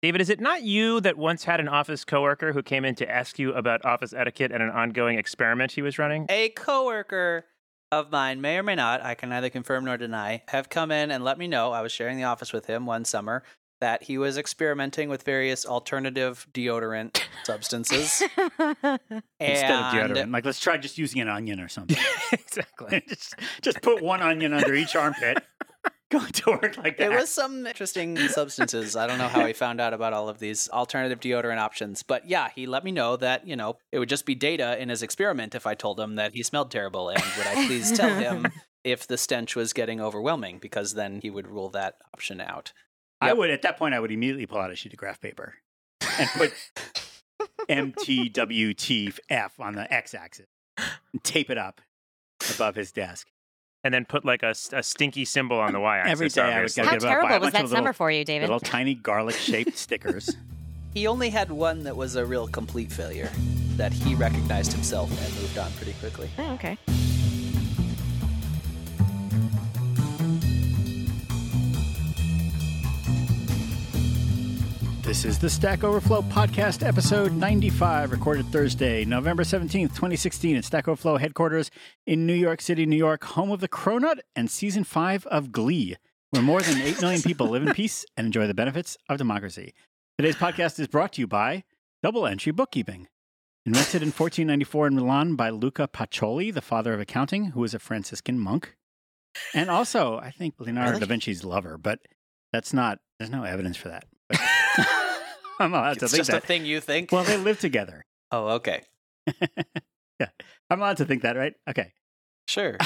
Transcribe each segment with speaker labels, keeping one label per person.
Speaker 1: David, is it not you that once had an office coworker who came in to ask you about office etiquette and an ongoing experiment he was running?
Speaker 2: A coworker of mine may or may not, I can neither confirm nor deny, have come in and let me know I was sharing the office with him one summer that he was experimenting with various alternative deodorant substances.
Speaker 3: Instead of
Speaker 2: And-
Speaker 3: deodorant, like let's try just using an onion or something.
Speaker 1: exactly.
Speaker 3: just, just put one onion under each armpit. Go to work like that.
Speaker 2: It was some interesting substances. I don't know how he found out about all of these alternative deodorant options, but yeah, he let me know that, you know, it would just be data in his experiment if I told him that he smelled terrible and would I please tell him if the stench was getting overwhelming because then he would rule that option out.
Speaker 3: I
Speaker 2: Yep.
Speaker 3: would at that point I would immediately pull out a sheet of graph paper and put MTWTF on the x-axis and tape it up above his desk.
Speaker 1: And then put like a, s- a stinky symbol on the y axis.
Speaker 3: Every day I would
Speaker 1: obviously.
Speaker 3: gotta
Speaker 4: How
Speaker 3: get about
Speaker 4: terrible
Speaker 3: five
Speaker 4: was
Speaker 3: bunch
Speaker 4: that
Speaker 3: of
Speaker 4: summer
Speaker 3: little-
Speaker 4: for you, David?
Speaker 3: Little tiny garlic-shaped stickers.
Speaker 2: He only had one that was a real complete failure that he recognized himself and moved on pretty quickly.
Speaker 4: Oh, okay.
Speaker 3: This is the Stack Overflow Podcast, episode 95, recorded Thursday, November 17th, 2016, at Stack Overflow headquarters in New York City, New York, home of the Cronut and season five of Glee, where more than 8 million people live in peace and enjoy the benefits of democracy. Today's podcast is brought to you by Double Entry Bookkeeping. Invented in 1494 in Milan by Luca Pacioli, the father of accounting, who was a Franciscan monk. And also, I think Leonardo
Speaker 2: Really?
Speaker 3: da Vinci's lover, but that's not, there's no evidence for that. I'm allowed to
Speaker 2: it's
Speaker 3: think
Speaker 2: just
Speaker 3: that.
Speaker 2: a thing you think.
Speaker 3: Well, they live together.
Speaker 2: oh, okay.
Speaker 3: yeah, I'm allowed to think that, right? Okay,
Speaker 2: Sure.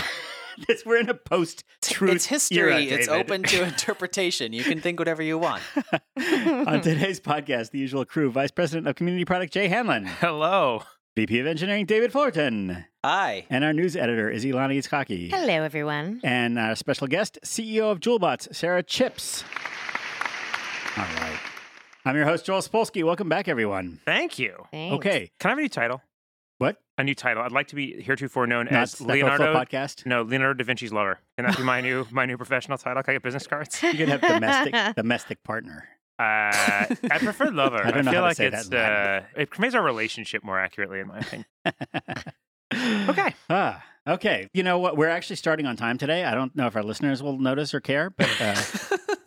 Speaker 3: this, we're in a post-truth
Speaker 2: it's history.
Speaker 3: era,
Speaker 2: it's
Speaker 3: David.
Speaker 2: open to interpretation. You can think whatever you want.
Speaker 3: On today's podcast, the usual crew: Vice President of Community Product Jay Hanlon,
Speaker 1: Hello.
Speaker 3: VP of Engineering David Fullerton,
Speaker 2: Hi.
Speaker 3: and our news editor is Ilana Itzkaki,
Speaker 4: Hello, everyone.
Speaker 3: and our special guest, CEO of Jewelbots, Sarah Chips. All right, I'm your host Joel Spolsky. Welcome back, everyone.
Speaker 1: Thank you.
Speaker 4: Thanks.
Speaker 3: Okay,
Speaker 1: Can I have a new title?
Speaker 3: what?
Speaker 1: A new title. I'd like to be heretofore known
Speaker 3: Not
Speaker 1: as
Speaker 3: Stack Overflow
Speaker 1: Leonardo.
Speaker 3: podcast.
Speaker 1: No, Leonardo da Vinci's lover. Can that be my new my new professional title? Can I get business cards?
Speaker 3: You could have domestic domestic partner.
Speaker 1: Uh, I prefer lover.
Speaker 3: I don't know
Speaker 1: feel
Speaker 3: how to
Speaker 1: like
Speaker 3: say that
Speaker 1: it's
Speaker 3: in Latin.
Speaker 1: uh, it conveys our relationship more accurately, in my opinion.
Speaker 3: okay. Ah, okay. You know what? We're actually starting on time today. I don't know if our listeners will notice or care, but uh,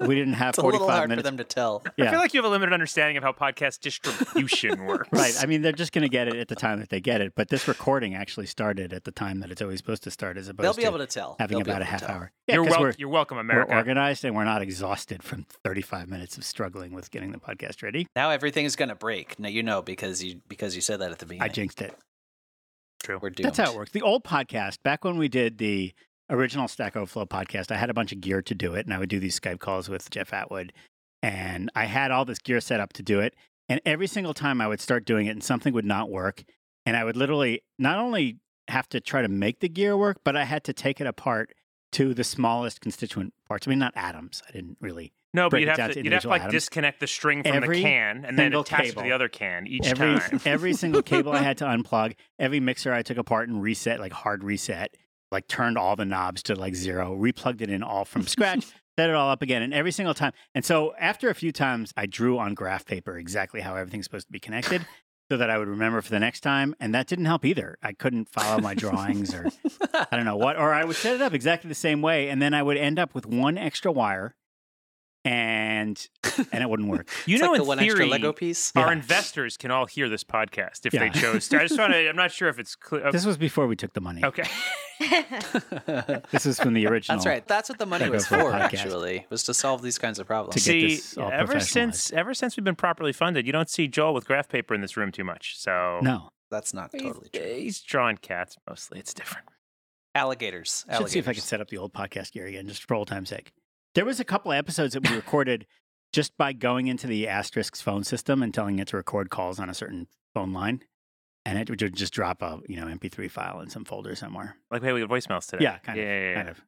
Speaker 3: we didn't have
Speaker 2: it's a
Speaker 3: 45
Speaker 2: little hard
Speaker 3: minutes.
Speaker 2: for them to tell.
Speaker 3: Yeah.
Speaker 1: I feel like you have a limited understanding of how podcast distribution works.
Speaker 3: Right. I mean, they're just going to get it at the time that they get it. But this recording actually started at the time that it's always supposed to start, as opposed
Speaker 2: They'll be
Speaker 3: to
Speaker 2: able to tell.
Speaker 3: having
Speaker 2: They'll be
Speaker 3: about
Speaker 2: able
Speaker 3: a
Speaker 2: to
Speaker 3: half
Speaker 2: tell.
Speaker 3: hour.
Speaker 1: you're,
Speaker 3: because
Speaker 1: wel-
Speaker 3: we're,
Speaker 1: you're welcome, America.
Speaker 3: we're organized and we're not exhausted from 35 minutes of struggling with getting the podcast ready.
Speaker 2: Now everything's gonna break. Now you know because you because you said that at the
Speaker 3: I
Speaker 2: beginning.
Speaker 3: jinxed it.
Speaker 1: True.
Speaker 2: We're doomed.
Speaker 3: That's how it works. The old podcast, back when we did the original Stack Overflow podcast, I had a bunch of gear to do it, and I would do these Skype calls with Jeff Atwood, and I had all this gear set up to do it. And every single time I would start doing it, and something would not work, and I would literally not only have to try to make the gear work, but I had to take it apart to the smallest constituent parts. I mean, not atoms. I didn't really.
Speaker 1: No, but
Speaker 3: break
Speaker 1: you'd
Speaker 3: it
Speaker 1: have
Speaker 3: down
Speaker 1: to,
Speaker 3: to
Speaker 1: you'd have to
Speaker 3: individual
Speaker 1: like
Speaker 3: atoms.
Speaker 1: disconnect the string from
Speaker 3: Every
Speaker 1: the can and then
Speaker 3: single
Speaker 1: attach it to the
Speaker 3: cable.
Speaker 1: other can each
Speaker 3: every
Speaker 1: time.
Speaker 3: every single cable I had to unplug, every mixer I took apart and reset, like hard reset, like turned all the knobs to like zero, replugged it in all from scratch, set it all up again, and every single time. And so after a few times, I drew on graph paper exactly how everything's supposed to be connected. So that I would remember for the next time, and that didn't help either. I couldn't follow my drawings, or I don't know what, or I would set it up exactly the same way, and then I would end up with one extra wire, and and it wouldn't work.
Speaker 1: You
Speaker 2: It's
Speaker 1: know,
Speaker 2: like
Speaker 1: in
Speaker 2: the one
Speaker 1: theory,
Speaker 2: extra Lego piece.
Speaker 1: our
Speaker 3: Yeah.
Speaker 1: investors can all hear this podcast if
Speaker 3: Yeah.
Speaker 1: they chose. To. I just want to. I'm not sure if it's clear.
Speaker 3: This was before we took the money.
Speaker 1: Okay.
Speaker 2: That's
Speaker 3: This is from the original.
Speaker 2: right. That's what the money
Speaker 3: Lego
Speaker 2: was
Speaker 3: for the
Speaker 2: for.
Speaker 3: podcast.
Speaker 2: Actually, was to solve these kinds of problems.
Speaker 3: To get
Speaker 1: See,
Speaker 3: this all
Speaker 1: ever
Speaker 3: professionalized.
Speaker 1: since ever since we've been properly funded, you don't see Joel with graph paper in this room too much. So
Speaker 3: No.
Speaker 2: That's not
Speaker 1: he's, uh,
Speaker 2: totally true.
Speaker 1: he's drawing cats mostly. It's different.
Speaker 2: Alligators.
Speaker 3: Should
Speaker 2: Alligators.
Speaker 3: see if I can set up the old podcast gear again, just for old time's sake. There was a couple of episodes that we recorded just by going into the Asterisk's phone system and telling it to record calls on a certain phone line, and it would just drop a you know MP3 file in some folder somewhere.
Speaker 1: Like hey, we have voicemails today.
Speaker 3: Yeah, kind of,
Speaker 1: Yeah, yeah, yeah.
Speaker 3: Kind of.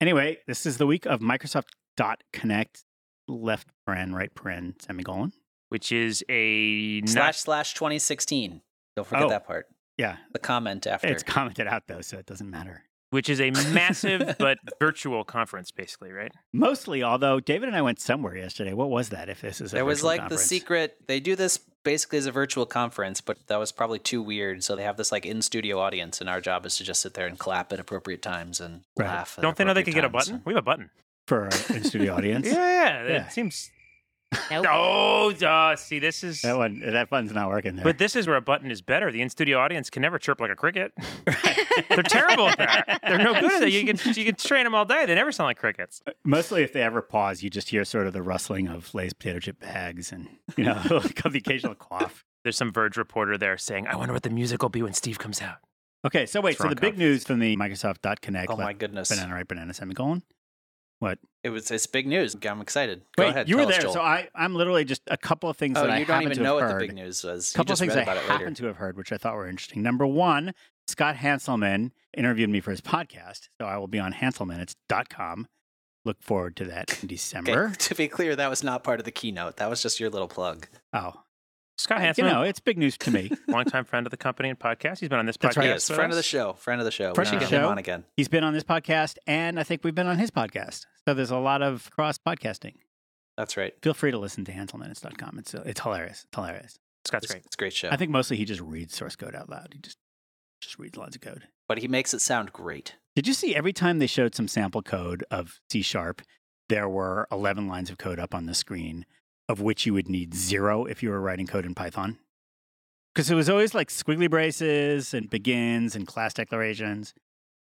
Speaker 3: Anyway, this is the week of Microsoft dot Connect, left paren, right paren, semicolon.
Speaker 1: Which is a
Speaker 2: slash slash 2016. Don't forget
Speaker 3: Oh.
Speaker 2: that part.
Speaker 3: Yeah,
Speaker 2: The comment after.
Speaker 3: it's commented out though, so it doesn't matter.
Speaker 1: which is a massive but virtual conference, basically, right?
Speaker 3: Mostly, although David and I went somewhere yesterday. What was that? If this is a
Speaker 2: There was
Speaker 3: virtual
Speaker 2: like
Speaker 3: conference?
Speaker 2: the secret. They do this basically as a virtual conference, but that was probably too weird. So they have this like in studio audience, and our job is to just sit there and clap at appropriate times and
Speaker 3: Right.
Speaker 2: laugh. at
Speaker 1: Don't they know they could
Speaker 2: appropriate
Speaker 1: get a
Speaker 2: times.
Speaker 1: button? We have a button.
Speaker 3: for our in studio audience.
Speaker 1: Yeah, yeah,
Speaker 3: Yeah.
Speaker 1: it seems.
Speaker 4: Nope.
Speaker 1: Oh, duh. see, this is.
Speaker 3: That one, that button's not working there.
Speaker 1: But this is where a button is better. The in-studio audience can never chirp like a cricket. They're terrible at that. They're no good at it. You can you can train them all day. They never sound like crickets.
Speaker 3: Mostly, if they ever pause, you just hear sort of the rustling of Lay's potato chip bags, and you know, the occasional cough.
Speaker 1: There's some Verge reporter there saying, "I wonder what the music will be when Steve comes out."
Speaker 3: Okay, so wait.
Speaker 1: It's
Speaker 3: So
Speaker 1: wrong
Speaker 3: the big news from the Microsoft Connect.
Speaker 2: Oh my
Speaker 3: left
Speaker 2: goodness!
Speaker 3: Banana right banana semicolon.
Speaker 2: It was it's big news. I'm excited. Go
Speaker 3: Wait,
Speaker 2: ahead.
Speaker 3: you were
Speaker 2: tell
Speaker 3: there,
Speaker 2: us, Joel.
Speaker 3: so I, I'm literally just a couple of things
Speaker 2: oh,
Speaker 3: that I
Speaker 2: you don't
Speaker 3: happen
Speaker 2: even
Speaker 3: to
Speaker 2: know what
Speaker 3: have
Speaker 2: the
Speaker 3: heard.
Speaker 2: big news was.
Speaker 3: A couple
Speaker 2: you
Speaker 3: of
Speaker 2: just
Speaker 3: things
Speaker 2: read
Speaker 3: I
Speaker 2: about it later.
Speaker 3: happen to have heard, which I thought were interesting. Number one, Scott Hanselman interviewed me for his podcast, so I will be on hanselmanits.com. Look forward to that in
Speaker 2: Okay,
Speaker 3: December.
Speaker 2: to be clear, that was not part of the keynote. That was just your little plug.
Speaker 3: Oh,
Speaker 1: Scott
Speaker 3: you
Speaker 1: Hansen,
Speaker 3: know, it's big news to me.
Speaker 1: longtime friend of the company and podcast. He's been on this
Speaker 3: That's
Speaker 1: podcast.
Speaker 3: right.
Speaker 2: Yes,
Speaker 1: with
Speaker 2: friend of the
Speaker 1: us.
Speaker 2: show. Friend of the show.
Speaker 3: Friend
Speaker 2: We
Speaker 1: of
Speaker 2: should
Speaker 1: the
Speaker 2: get him
Speaker 3: show.
Speaker 2: on again.
Speaker 3: He's been on this podcast, and I think we've been on his podcast. So there's a lot of cross podcasting.
Speaker 2: That's right.
Speaker 3: Feel free to listen to hanselmanits.com. It's, uh, it's hilarious. It's hilarious.
Speaker 1: Scott's
Speaker 2: It's,
Speaker 1: great.
Speaker 2: it's a great show.
Speaker 3: I think mostly he just reads source code out loud. He just just reads lots of code.
Speaker 2: but he makes it sound great.
Speaker 3: Did you see every time they showed some sample code of C sharp, there were 11 lines of code up on the screen, of which you would need zero if you were writing code in Python? Because it was always like squiggly braces and begins and class declarations.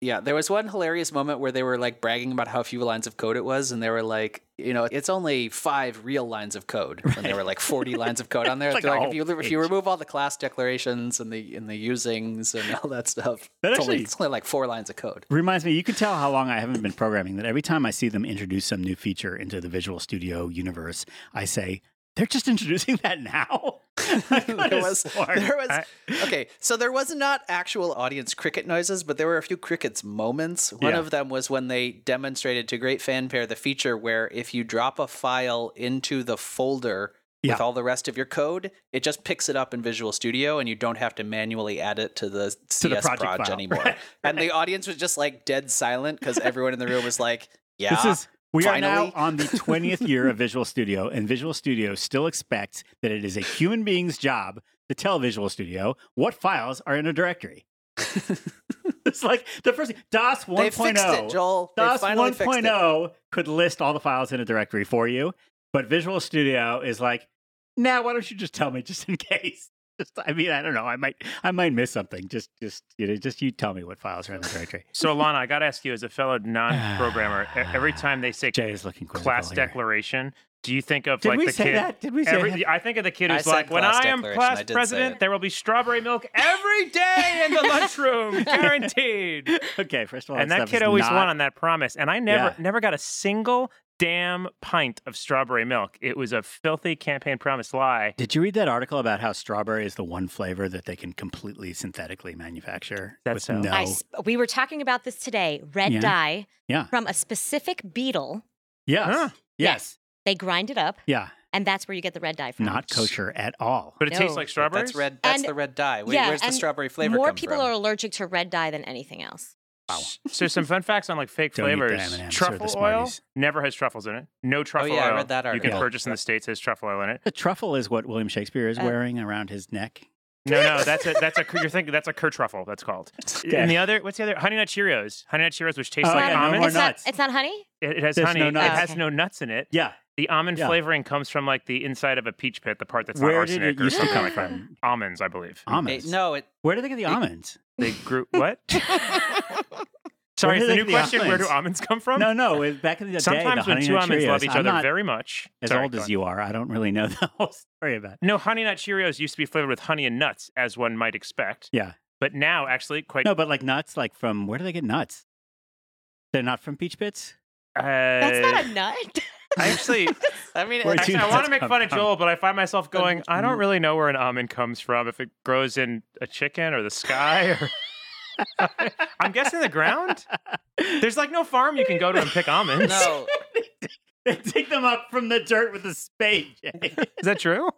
Speaker 2: Yeah, there was one hilarious moment where they were like bragging about how few lines of code it was, and they were like, you know, it's only five real lines of code. And there were like forty lines of code on there.
Speaker 3: It's like
Speaker 2: They're
Speaker 3: a
Speaker 2: like,
Speaker 3: whole
Speaker 2: if you if you
Speaker 3: page.
Speaker 2: remove all the class declarations and the and the usings and all that stuff,
Speaker 3: That
Speaker 2: it's, only,
Speaker 3: actually-
Speaker 2: it's only like four lines of code.
Speaker 3: Reminds me, you can tell how long I haven't been programming that every time I see them introduce some new feature into the Visual Studio universe, I say, they're just introducing that now. I could
Speaker 2: There
Speaker 3: have
Speaker 2: was-
Speaker 3: sworn.
Speaker 2: there was
Speaker 1: I-
Speaker 2: okay, so there was not actual audience cricket noises, but there were a few crickets moments. One
Speaker 3: Yeah.
Speaker 2: of them was when they demonstrated to great fanfare the feature where if you drop a file into the folder
Speaker 3: Yeah.
Speaker 2: with all the rest of your code, it just picks it up in Visual Studio, and you don't have to manually add it to the
Speaker 3: the
Speaker 2: CS
Speaker 3: project
Speaker 2: proj
Speaker 3: file.
Speaker 2: anymore. And the audience was just like dead silent because everyone in the room was like, "Yeah."
Speaker 3: This is we are
Speaker 2: finally.
Speaker 3: now on the 20th year of Visual Studio, and Visual Studio still expects that it is a human being's job to tell Visual Studio what files are in a directory. it's like the first DOS
Speaker 2: they fixed it,
Speaker 3: 1.0.
Speaker 2: Joel. They
Speaker 3: DOS
Speaker 2: finally fixed it.
Speaker 3: 1.0 could list all the files in a directory for you, but Visual Studio is like, now why don't you just tell me just in case? Just, I mean, I don't know. I might, I might miss something. Just, just, you know, just you tell me what files are in the directory.
Speaker 1: So, Alana, I got to ask you, as a fellow non-programmer, e- every time they say
Speaker 3: Jay is looking critical
Speaker 1: class
Speaker 3: here.
Speaker 1: declaration, do you think of
Speaker 3: Did
Speaker 1: like
Speaker 3: we
Speaker 1: the
Speaker 3: say
Speaker 1: kid?
Speaker 3: that? Did we say
Speaker 1: every-
Speaker 3: that?
Speaker 1: I think of the kid
Speaker 2: I
Speaker 1: who's
Speaker 2: said
Speaker 1: like, when
Speaker 2: class
Speaker 1: I am
Speaker 2: declaration, I
Speaker 1: class
Speaker 2: did say
Speaker 1: president,
Speaker 2: it."
Speaker 1: there will be strawberry milk every day in the lunchroom, guaranteed.
Speaker 3: Okay, first of all,
Speaker 1: and that
Speaker 3: stuff
Speaker 1: kid
Speaker 3: is
Speaker 1: always
Speaker 3: not-
Speaker 1: won on that promise. And I never
Speaker 3: Yeah.
Speaker 1: never got a single damn pint of strawberry milk. It was a filthy campaign promise lie.
Speaker 3: Did you read that article about how strawberry is the one flavor that they can completely synthetically manufacture?
Speaker 1: That
Speaker 3: with
Speaker 1: so?
Speaker 3: no.
Speaker 4: I s- we were talking about this today. Red
Speaker 3: Yeah.
Speaker 4: dye
Speaker 3: Yeah.
Speaker 4: from a specific beetle.
Speaker 3: Yes.
Speaker 1: Huh.
Speaker 3: Yes.
Speaker 4: They grind it up,
Speaker 3: Yeah.
Speaker 4: and that's where you get the red dye from.
Speaker 3: Not kosher at all.
Speaker 1: But it tastes
Speaker 4: No.
Speaker 1: like
Speaker 2: But
Speaker 1: strawberries.
Speaker 2: That's red. That's
Speaker 4: And-
Speaker 2: the red dye. Wait,
Speaker 4: yeah,
Speaker 2: where's the
Speaker 4: and
Speaker 2: strawberry flavor?
Speaker 4: More
Speaker 2: come
Speaker 4: people
Speaker 2: from?
Speaker 4: are allergic to red dye than anything else.
Speaker 1: So some fun facts on like fake
Speaker 3: Don't eat the
Speaker 1: flavors.
Speaker 3: M&Ms or the
Speaker 1: Truffle oil
Speaker 3: Smarties.
Speaker 1: never has truffles in it. No truffle
Speaker 2: Oh, yeah, I
Speaker 1: oil.
Speaker 2: read that
Speaker 1: You can
Speaker 2: article.
Speaker 1: purchase in the states has truffle oil in it.
Speaker 3: The truffle is what William Shakespeare is
Speaker 4: Uh,
Speaker 3: wearing around his neck.
Speaker 1: No, no, that's a that's a you're thinking that's a kertruffle. That's called. And the other, what's the other? Honey Nut Cheerios. Honey Nut Cheerios, which tastes
Speaker 3: Oh,
Speaker 1: like
Speaker 3: yeah, no
Speaker 1: almonds.
Speaker 3: more
Speaker 4: it's not.
Speaker 3: nuts.
Speaker 4: It's not honey.
Speaker 1: It, it has
Speaker 3: There's
Speaker 1: honey.
Speaker 3: no
Speaker 1: It
Speaker 3: nuts.
Speaker 1: has
Speaker 4: Okay.
Speaker 1: no nuts in it.
Speaker 3: Yeah.
Speaker 1: The almond
Speaker 3: Yeah.
Speaker 1: flavoring comes from like the inside of a peach pit, the part that's not
Speaker 3: Where did
Speaker 1: arsenic
Speaker 3: it
Speaker 1: or
Speaker 3: used to
Speaker 1: something
Speaker 3: come
Speaker 1: like that.
Speaker 3: from?
Speaker 1: Almonds, I believe.
Speaker 3: Almonds.
Speaker 2: It- no, it.
Speaker 3: Where do they get the
Speaker 2: It-
Speaker 3: almonds?
Speaker 1: They grew what? Sorry, it's
Speaker 3: Where
Speaker 1: the
Speaker 3: do
Speaker 1: new
Speaker 3: they get the
Speaker 1: question. Where do
Speaker 3: almonds?
Speaker 1: almonds come from?
Speaker 3: No, no. it- Back in the day,
Speaker 1: Sometimes
Speaker 3: the
Speaker 1: when
Speaker 3: Honey
Speaker 1: two
Speaker 3: Nut
Speaker 1: almonds love
Speaker 3: Cheerios-
Speaker 1: each
Speaker 3: I'm
Speaker 1: other
Speaker 3: not
Speaker 1: very much.
Speaker 3: As
Speaker 1: Sorry,
Speaker 3: old
Speaker 1: go
Speaker 3: as
Speaker 1: on.
Speaker 3: you are, I don't really know the whole story about. It.
Speaker 1: No, Honey Nut Cheerios used to be flavored with honey and nuts, as one might expect.
Speaker 3: Yeah.
Speaker 1: But now, actually, quite.
Speaker 3: No, but like nuts, like from where do they get nuts? They're not from peach pits.
Speaker 1: uh,
Speaker 4: That's not a nut.
Speaker 1: I actually,
Speaker 2: I mean,
Speaker 3: Where
Speaker 2: it's-
Speaker 3: do
Speaker 1: actually, I
Speaker 3: nuts
Speaker 1: want to make
Speaker 3: come
Speaker 1: fun of
Speaker 3: from?
Speaker 1: Joel, but I find myself going, I don't
Speaker 2: Mm.
Speaker 1: really know where an almond comes from. If it grows in a chicken or the sky, or I'm guessing the ground. There's like no farm you can go to and pick almonds.
Speaker 2: no,
Speaker 3: They dig them up from the dirt with a spade. Jay.
Speaker 1: Is that true?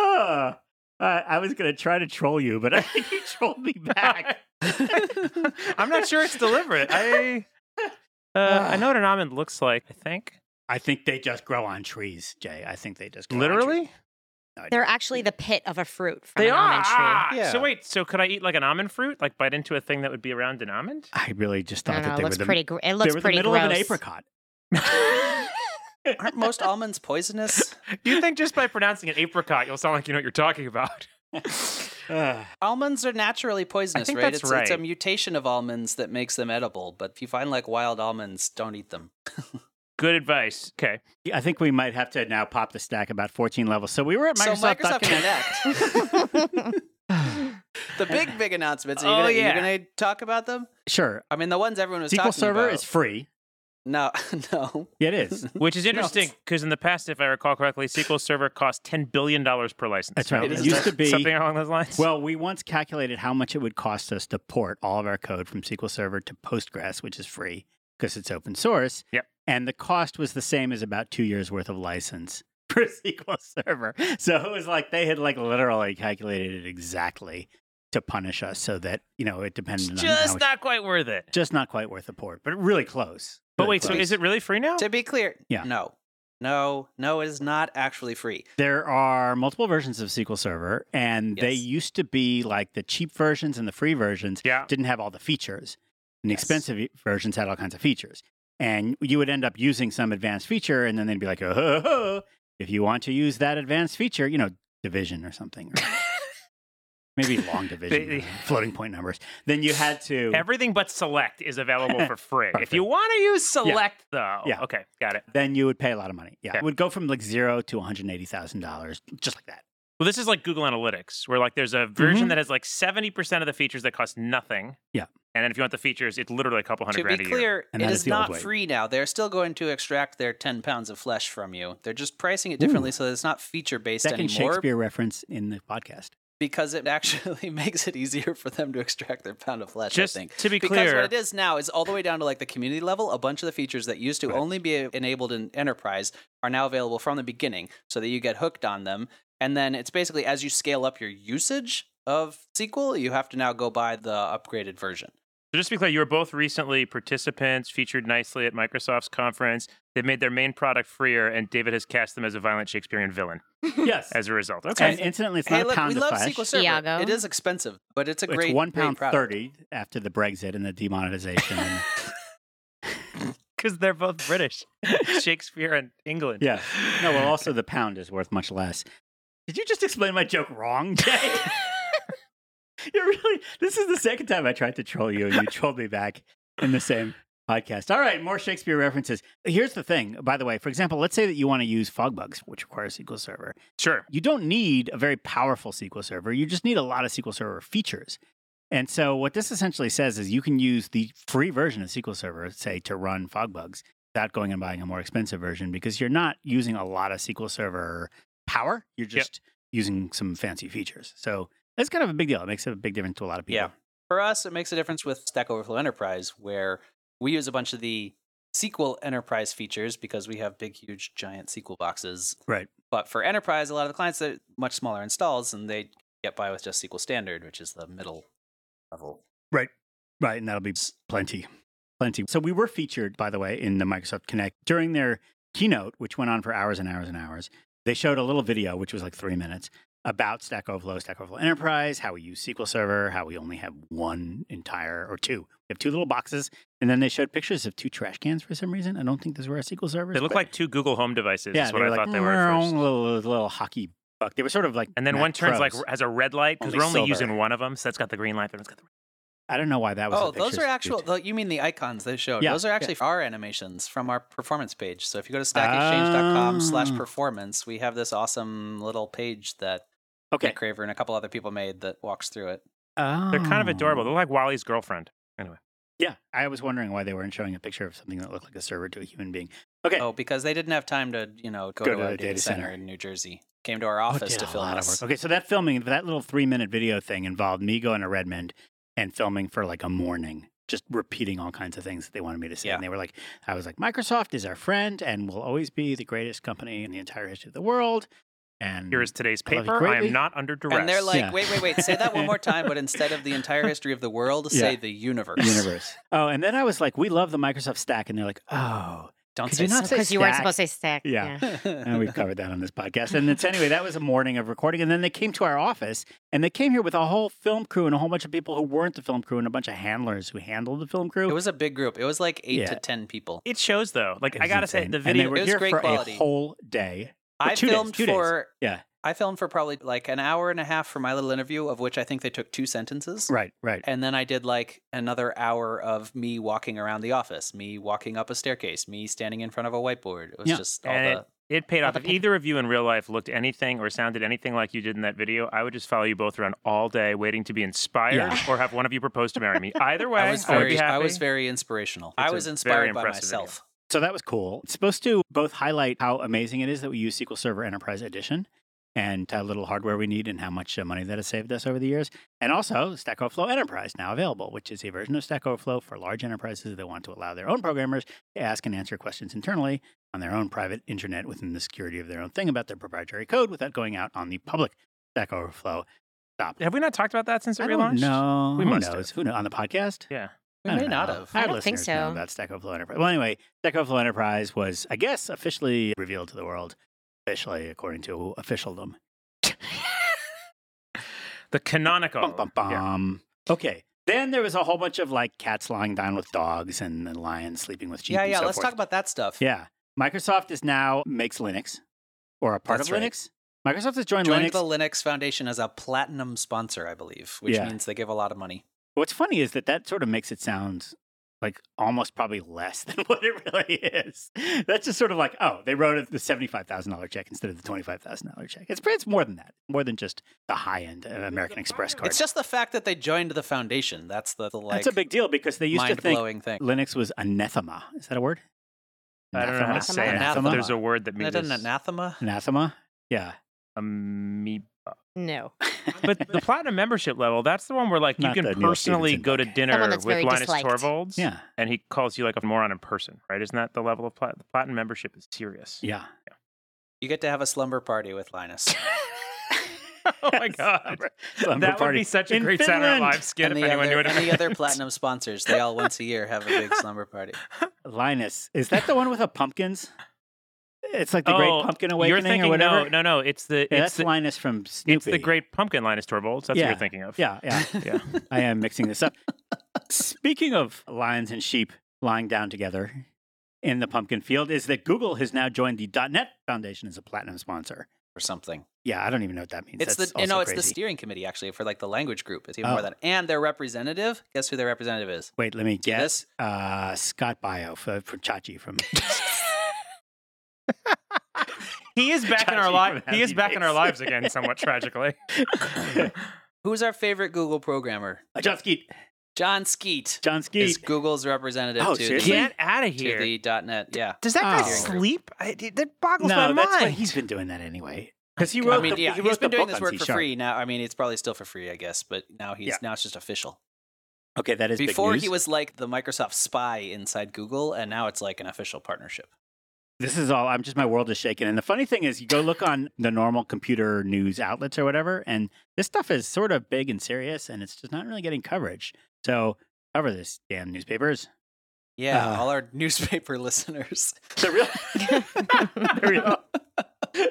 Speaker 3: Ah, Uh, I was gonna try to troll you, but I think you trolled me back.
Speaker 1: I'm not sure it's deliberate. I uh, I know what an almond looks like. I think
Speaker 3: I think they just grow on trees, Jay. I think they just grow on trees.
Speaker 1: literally
Speaker 4: They're actually the pit of a fruit from
Speaker 1: they
Speaker 4: an
Speaker 1: are.
Speaker 4: almond tree.
Speaker 1: Ah,
Speaker 2: tree. Yeah.
Speaker 1: So wait, so could I eat like an almond fruit? Like bite into a thing that would be around an almond?
Speaker 3: I really just thought
Speaker 4: I don't know.
Speaker 3: that
Speaker 4: It
Speaker 3: they
Speaker 4: looks
Speaker 3: were the,
Speaker 4: pretty. Gr- it
Speaker 3: they
Speaker 4: looks
Speaker 3: were the
Speaker 4: pretty
Speaker 3: middle
Speaker 4: gross.
Speaker 3: of an apricot.
Speaker 2: Aren't most almonds poisonous?
Speaker 1: You think just by pronouncing an apricot, you'll sound like you know what you're talking about?
Speaker 3: Ugh.
Speaker 2: Almonds are naturally poisonous,
Speaker 1: think
Speaker 2: right?
Speaker 1: that's
Speaker 2: it's, it's a
Speaker 1: right.
Speaker 2: mutation of almonds that makes them edible. But if you find like wild almonds, don't eat them.
Speaker 1: Good advice. Okay.
Speaker 3: I think we might have to now pop the stack about 14 levels. So we were at
Speaker 2: so
Speaker 3: Microsoft.
Speaker 2: Microsoft
Speaker 3: Connect.
Speaker 2: Connect, the big big announcements. Are you
Speaker 1: Oh,
Speaker 2: gonna,
Speaker 1: yeah.
Speaker 2: you're gonna talk about them?
Speaker 3: Sure.
Speaker 2: I mean, the ones everyone was
Speaker 3: SQL
Speaker 2: talking
Speaker 3: Server
Speaker 2: about.
Speaker 3: is free.
Speaker 2: no, no.
Speaker 3: Yeah, It is.
Speaker 1: Which is
Speaker 2: No, it's-
Speaker 1: interesting because in the past, if I recall correctly, SQL Server cost ten billion dollars per license.
Speaker 3: That's right.
Speaker 2: It
Speaker 3: It
Speaker 2: is
Speaker 3: used to
Speaker 2: done.
Speaker 3: be.
Speaker 1: something along those lines.
Speaker 3: Well, we once calculated how much it would cost us to port all of our code from SQL Server to Postgres, which is free because it's open source.
Speaker 1: Yep.
Speaker 3: And the cost was the same as about two years worth of license for SQL Server. So it was like they had like literally calculated it exactly to punish us so that, you know, it
Speaker 1: it's
Speaker 3: depended on how
Speaker 1: just
Speaker 3: much-
Speaker 1: not quite worth it.
Speaker 3: just not quite worth the port, but really close.
Speaker 1: But
Speaker 3: Really
Speaker 1: wait, so
Speaker 3: close.
Speaker 1: is it really free now?
Speaker 2: To be clear,
Speaker 3: Yeah.
Speaker 2: no, no, no. It is not actually free.
Speaker 3: There are multiple versions of SQL Server, and they
Speaker 2: Yes.
Speaker 3: used to be like the cheap versions and the free versions
Speaker 1: Yeah.
Speaker 3: didn't have all the features. And the
Speaker 2: Yes.
Speaker 3: expensive e- versions had all kinds of features. And you would end up using some advanced feature, and then they'd be like, oh, ho, ho, if you want to use that advanced feature, you know, division or something. or maybe long division,
Speaker 1: They-
Speaker 3: uh, floating point numbers. Then you had to.
Speaker 1: Everything but select is available for free. if
Speaker 3: Perfect.
Speaker 1: you want to use select, though.
Speaker 3: Yeah.
Speaker 1: Okay, got it.
Speaker 3: then you would pay a lot of money. Yeah.
Speaker 1: Yeah.
Speaker 3: It would go from like zero to $180,000, just like that.
Speaker 1: Well, this is like Google Analytics, where like there's a
Speaker 3: Mm-hmm.
Speaker 1: version that has like 70% of the features that cost nothing.
Speaker 3: Yeah.
Speaker 1: And then if you want the features, it's literally a couple hundred
Speaker 2: To be
Speaker 1: grand a year.
Speaker 2: clear,
Speaker 3: And
Speaker 2: it
Speaker 3: that is
Speaker 2: is
Speaker 3: the old
Speaker 2: not
Speaker 3: way.
Speaker 2: free now. They're still going to extract their ten pounds of flesh from you. They're just pricing it differently so that it's not feature based
Speaker 3: Second
Speaker 2: anymore.
Speaker 3: Shakespeare reference in the podcast.
Speaker 2: because it actually makes it easier for them to extract their pound of flesh.
Speaker 1: Just
Speaker 2: I think.
Speaker 1: to be
Speaker 2: because
Speaker 1: clear-
Speaker 2: what it is now is all the way down to like the community level. A bunch of the features that used to
Speaker 3: Right.
Speaker 2: only be enabled in enterprise are now available from the beginning, so that you get hooked on them. And then it's basically as you scale up your usage of SQL, you have to now go buy the upgraded version.
Speaker 1: So just to be clear, you were both recently participants featured nicely at Microsoft's conference. They've made their main product freer, and David has cast them as a violent Shakespearean villain
Speaker 3: Yes.
Speaker 1: as a result.
Speaker 3: and
Speaker 1: Okay.
Speaker 3: incidentally, it's
Speaker 2: hey,
Speaker 3: not a
Speaker 2: look,
Speaker 3: pound
Speaker 2: we
Speaker 3: of
Speaker 2: love
Speaker 3: flesh.
Speaker 2: SQL Server.
Speaker 4: Iago.
Speaker 2: It is expensive, but it's a
Speaker 3: it's
Speaker 2: great
Speaker 3: one
Speaker 2: great
Speaker 3: pound
Speaker 2: product.
Speaker 3: thirty after the Brexit and the demonetization. and-
Speaker 1: Because they're both British, Shakespeare and England.
Speaker 3: yeah. No, well, also the pound is worth much less. Did you just explain my joke wrong, Jay? You're really. This is the second time I tried to troll you, and you trolled me back in the same podcast. All right, more Shakespeare references. Here's the thing, by the way. For example, let's say that you want to use Fogbugs, which requires SQL Server.
Speaker 1: Sure.
Speaker 3: you don't need a very powerful SQL Server. You just need a lot of SQL Server features. And so, what this essentially says is you can use the free version of SQL Server, say, to run Fogbugs without going and buying a more expensive version because you're not using a lot of SQL Server power. You're
Speaker 1: Yep.
Speaker 3: just using some fancy features. So, that's kind of a big deal. It makes a big difference to a lot of people.
Speaker 2: Yeah. For us, it makes a difference with Stack Overflow Enterprise, where we use a bunch of the SQL Enterprise features because we have big, huge, giant SQL boxes.
Speaker 3: Right.
Speaker 2: But for Enterprise, a lot of the clients are much smaller installs, and they get by with just SQL Standard, which is the middle level.
Speaker 3: Right, and that'll be plenty. Plenty. So we were featured, by the way, in the Microsoft Connect during their keynote, which went on for hours and hours and hours. They showed a little video, which was like three minutes, about Stack Overflow, Stack Overflow Enterprise, how we use SQL Server, how we only have one entire or two. We have two little boxes. And then they showed pictures of two trash cans for some reason. I don't think those were our SQL servers.
Speaker 1: They look
Speaker 3: but-
Speaker 1: like two Google Home devices.
Speaker 3: yeah,
Speaker 1: is what
Speaker 3: they
Speaker 1: I
Speaker 3: were like,
Speaker 1: thought they were at first.
Speaker 3: little, little hockey buck. They were sort of like
Speaker 1: And then
Speaker 3: Mac
Speaker 1: one turns like
Speaker 3: Pros.
Speaker 1: has a red light because
Speaker 3: Only
Speaker 1: we're only
Speaker 3: silver.
Speaker 1: using one of them, so that's got the green light, but it's got the.
Speaker 3: I don't know why that was.
Speaker 2: Oh,
Speaker 3: the
Speaker 2: those
Speaker 3: pictures.
Speaker 2: are actual. The, you mean the icons they showed?
Speaker 3: Yeah,
Speaker 2: Those are actually our animations from our performance page. So if you go to stackexchange.com/slash
Speaker 3: Ah.
Speaker 2: performance, we have this awesome little page that
Speaker 3: okay.
Speaker 2: Nick Craver and a couple other people made that walks through it.
Speaker 1: They're kind of adorable.
Speaker 3: Oh.
Speaker 1: They're like Wally's girlfriend.
Speaker 3: Yeah, I was wondering why they weren't showing a picture of something that looked like a server to a human being. Okay,
Speaker 2: Oh, because they didn't have time to, you know, go, to, our data, center. in New Jersey. Came to our
Speaker 3: Oh, it
Speaker 2: office
Speaker 3: did
Speaker 2: to
Speaker 3: a
Speaker 2: film
Speaker 3: lot of
Speaker 2: us.
Speaker 3: work. Okay, so that filming, that little three-minute video thing, involved me going to Redmond and filming for like a morning, just repeating all kinds of things that they wanted me to say.
Speaker 2: Yeah.
Speaker 3: And they were like, "I was like, Microsoft is our friend and will always be the greatest company in the entire history of the world." And
Speaker 1: Here is today's
Speaker 3: I love you
Speaker 1: paper. I
Speaker 3: greatly.
Speaker 1: am not under duress.
Speaker 2: And they're like,
Speaker 3: Yeah.
Speaker 2: wait, wait, wait, say that one more time, but instead of the entire history of the world, say
Speaker 3: Yeah.
Speaker 2: the universe.
Speaker 3: universe. Oh, and then I was like, we love the Microsoft stack. And they're like, oh.
Speaker 2: Don't
Speaker 3: Could
Speaker 2: say
Speaker 3: you not
Speaker 2: so.
Speaker 3: say-
Speaker 4: because you weren't
Speaker 3: stack.
Speaker 4: supposed to say stack.
Speaker 3: Yeah. And
Speaker 2: say
Speaker 3: we covered that on this podcast. And it's anyway, that was a morning of recording. And then they came to our office and they came here with a whole film crew and a whole bunch of people who weren't the film crew and a bunch of handlers who handled the film crew.
Speaker 2: It was a big group. It was like eight
Speaker 3: Yeah.
Speaker 2: to ten people.
Speaker 1: it shows though. Like
Speaker 3: It
Speaker 1: I
Speaker 3: was
Speaker 1: gotta say,
Speaker 3: insane.
Speaker 1: the
Speaker 3: And
Speaker 1: video.
Speaker 3: they were
Speaker 2: It was
Speaker 3: here
Speaker 2: great
Speaker 3: for
Speaker 2: quality.
Speaker 3: a whole day.
Speaker 2: I
Speaker 3: two days,
Speaker 2: filmed
Speaker 3: two days.
Speaker 2: for
Speaker 3: Yeah.
Speaker 2: I filmed for probably like an hour and a half for my little interview, of which I think they took two sentences.
Speaker 3: Right, right.
Speaker 2: And then I did like another hour of me walking around the office, me walking up a staircase, me standing in front of a whiteboard. It was
Speaker 3: Yeah.
Speaker 2: just all
Speaker 1: And
Speaker 2: the.
Speaker 1: it, it paid off.
Speaker 4: the
Speaker 1: If
Speaker 4: pic-
Speaker 1: either of you in real life looked anything or sounded anything like you did in that video, I would just follow you both around all day, waiting to be inspired
Speaker 3: Yeah.
Speaker 1: or have one of you propose to marry me. Either way,
Speaker 2: I was
Speaker 1: would be
Speaker 2: very,
Speaker 1: happy.
Speaker 2: I was very inspirational. I
Speaker 1: It's a
Speaker 2: was
Speaker 1: very
Speaker 2: inspired by
Speaker 1: impressive video.
Speaker 2: myself.
Speaker 3: So that was cool. It's supposed to both highlight how amazing it is that we use SQL Server Enterprise Edition and how little hardware we need and how much uh, money that has saved us over the years. And also Stack Overflow Enterprise now available, which is a version of Stack Overflow for large enterprises that want to allow their own programmers to ask and answer questions internally on their own private internet within the security of their own thing about their proprietary code without going out on the public Stack Overflow.
Speaker 1: Have we not talked about that since it
Speaker 3: I
Speaker 1: relaunched?
Speaker 3: don't know.
Speaker 1: We
Speaker 3: Who
Speaker 1: must
Speaker 3: knows?
Speaker 1: have.
Speaker 3: Who knows? On the podcast?
Speaker 1: Yeah.
Speaker 2: We
Speaker 3: I
Speaker 2: may
Speaker 3: don't
Speaker 2: not
Speaker 3: know.
Speaker 2: have.
Speaker 4: I
Speaker 3: Our
Speaker 4: don't think
Speaker 3: listeners know
Speaker 4: so.
Speaker 3: about Stack Overflow Enterprise. Well, anyway, Stack Overflow Enterprise was, I guess, officially revealed to the world, officially according to officialdom.
Speaker 1: The canonical.
Speaker 3: Bum, bum,
Speaker 1: Oh, Yeah.
Speaker 3: bum. Okay. Then there was a whole bunch of like cats lying down with dogs and the lions sleeping with sheep.
Speaker 2: Yeah,
Speaker 3: and
Speaker 2: yeah.
Speaker 3: so
Speaker 2: Let's
Speaker 3: forth.
Speaker 2: talk about that stuff.
Speaker 3: Yeah, Microsoft is now makes Linux, or a part
Speaker 2: That's
Speaker 3: of
Speaker 2: right.
Speaker 3: Linux. Microsoft has joined
Speaker 2: Joined
Speaker 3: Linux.
Speaker 2: the Linux Foundation as a platinum sponsor, I believe, which
Speaker 3: Yeah.
Speaker 2: means they give a lot of money.
Speaker 3: What's funny is that that sort of makes it sound like almost probably less than what it really is. That's just sort of like, oh, they wrote the seventy-five thousand dollar check instead of the twenty-five thousand dollar check. It's it's more than that, more than just the high-end uh, American Express card.
Speaker 2: It's just the fact that they joined the foundation. That's the, the like
Speaker 3: That's a big deal because they used to
Speaker 2: mind
Speaker 3: think
Speaker 2: blowing thing.
Speaker 3: Linux was anathema. Is that a word?
Speaker 1: I don't know how to say it.
Speaker 2: Anathema.
Speaker 1: There's a word that means
Speaker 2: Isn't that an anathema?
Speaker 3: anathema. Yeah,
Speaker 1: amoeba.
Speaker 4: No.
Speaker 1: But the platinum membership level, that's the one where like
Speaker 3: Not
Speaker 1: you
Speaker 3: the
Speaker 1: can
Speaker 3: Neil
Speaker 1: personally
Speaker 3: Stephenson
Speaker 1: go to
Speaker 3: book.
Speaker 1: dinner
Speaker 4: Someone
Speaker 1: with
Speaker 4: that's very
Speaker 1: Linus
Speaker 4: disliked.
Speaker 1: Torvalds.
Speaker 3: yeah,
Speaker 1: And he calls you like a moron in person, right? Isn't that the level of plat- the platinum membership is serious?
Speaker 3: yeah.
Speaker 2: You get to have a slumber party with Linus.
Speaker 1: oh my god.
Speaker 3: Slumber- slumber
Speaker 1: that would
Speaker 3: party
Speaker 1: be such a
Speaker 3: in
Speaker 1: great Saturday Night
Speaker 3: Finland.
Speaker 1: Live skit
Speaker 2: and
Speaker 1: if
Speaker 2: the
Speaker 1: anyone knew
Speaker 2: other,
Speaker 1: it.
Speaker 2: and the other platinum sponsors, they all once a year have a big slumber party.
Speaker 3: Linus, is that the one with the pumpkins? It's like the
Speaker 1: Oh,
Speaker 3: Great Pumpkin
Speaker 1: You're
Speaker 3: Awakening
Speaker 1: thinking
Speaker 3: or whatever.
Speaker 1: no, no, no. It's the it's
Speaker 3: Yeah, that's
Speaker 1: the,
Speaker 3: Linus from Snoopy.
Speaker 1: it's the Great Pumpkin Linus Torvalds. That's what
Speaker 3: Yeah.
Speaker 1: you're thinking of.
Speaker 3: Yeah, yeah.
Speaker 1: Yeah.
Speaker 3: I am mixing this up. Speaking of lions and sheep lying down together in the pumpkin field, is that Google has now joined the .NET Foundation as a platinum sponsor.
Speaker 2: or something.
Speaker 3: Yeah, I don't even know what that means.
Speaker 2: It's
Speaker 3: That's
Speaker 2: the you know
Speaker 3: also
Speaker 2: it's the
Speaker 3: crazy.
Speaker 2: steering committee actually for like the language group. It's even more
Speaker 3: Oh.
Speaker 2: than and their representative. Guess who their representative is?
Speaker 3: Wait, let me guess.
Speaker 2: This
Speaker 3: Uh, Scott Bio for, for Chachi from.
Speaker 1: He is back in our
Speaker 3: Judging
Speaker 1: lives.
Speaker 3: from how
Speaker 1: He is
Speaker 3: he
Speaker 1: back in our
Speaker 3: thinks.
Speaker 1: lives again, somewhat tragically.
Speaker 2: who's our favorite Google programmer?
Speaker 3: John Skeet.
Speaker 2: John Skeet,
Speaker 3: John
Speaker 2: is
Speaker 3: Skeet.
Speaker 2: Google's representative
Speaker 3: Oh,
Speaker 2: to,
Speaker 3: seriously?
Speaker 2: the,
Speaker 1: Get out of
Speaker 2: to
Speaker 1: here.
Speaker 2: the .NET. Yeah,
Speaker 1: Does that guy
Speaker 3: Oh.
Speaker 1: sleep? I, that boggles my
Speaker 3: No,
Speaker 1: mind.
Speaker 3: that's why he's been doing that anyway. Because he
Speaker 2: I
Speaker 3: wrote
Speaker 2: mean,
Speaker 3: the,
Speaker 2: yeah,
Speaker 3: he
Speaker 2: he has
Speaker 3: wrote
Speaker 2: been
Speaker 3: the
Speaker 2: doing
Speaker 3: book
Speaker 2: this
Speaker 3: on
Speaker 2: work
Speaker 3: C
Speaker 2: for
Speaker 3: sharp.
Speaker 2: free now. I mean, it's probably still for free, I guess, but now he's
Speaker 3: Yeah.
Speaker 2: now it's just official.
Speaker 3: Okay, that is big
Speaker 2: Before
Speaker 3: news.
Speaker 2: he was like the Microsoft spy inside Google, and now it's like an official partnership.
Speaker 3: This is all. I'm just my world is shaken. And the funny thing is, you go look on the normal computer news outlets or whatever, and this stuff is sort of big and serious, and it's just not really getting coverage. So cover this, damn newspapers.
Speaker 2: Yeah,
Speaker 3: Uh.
Speaker 2: all our newspaper listeners.
Speaker 3: The real, the real,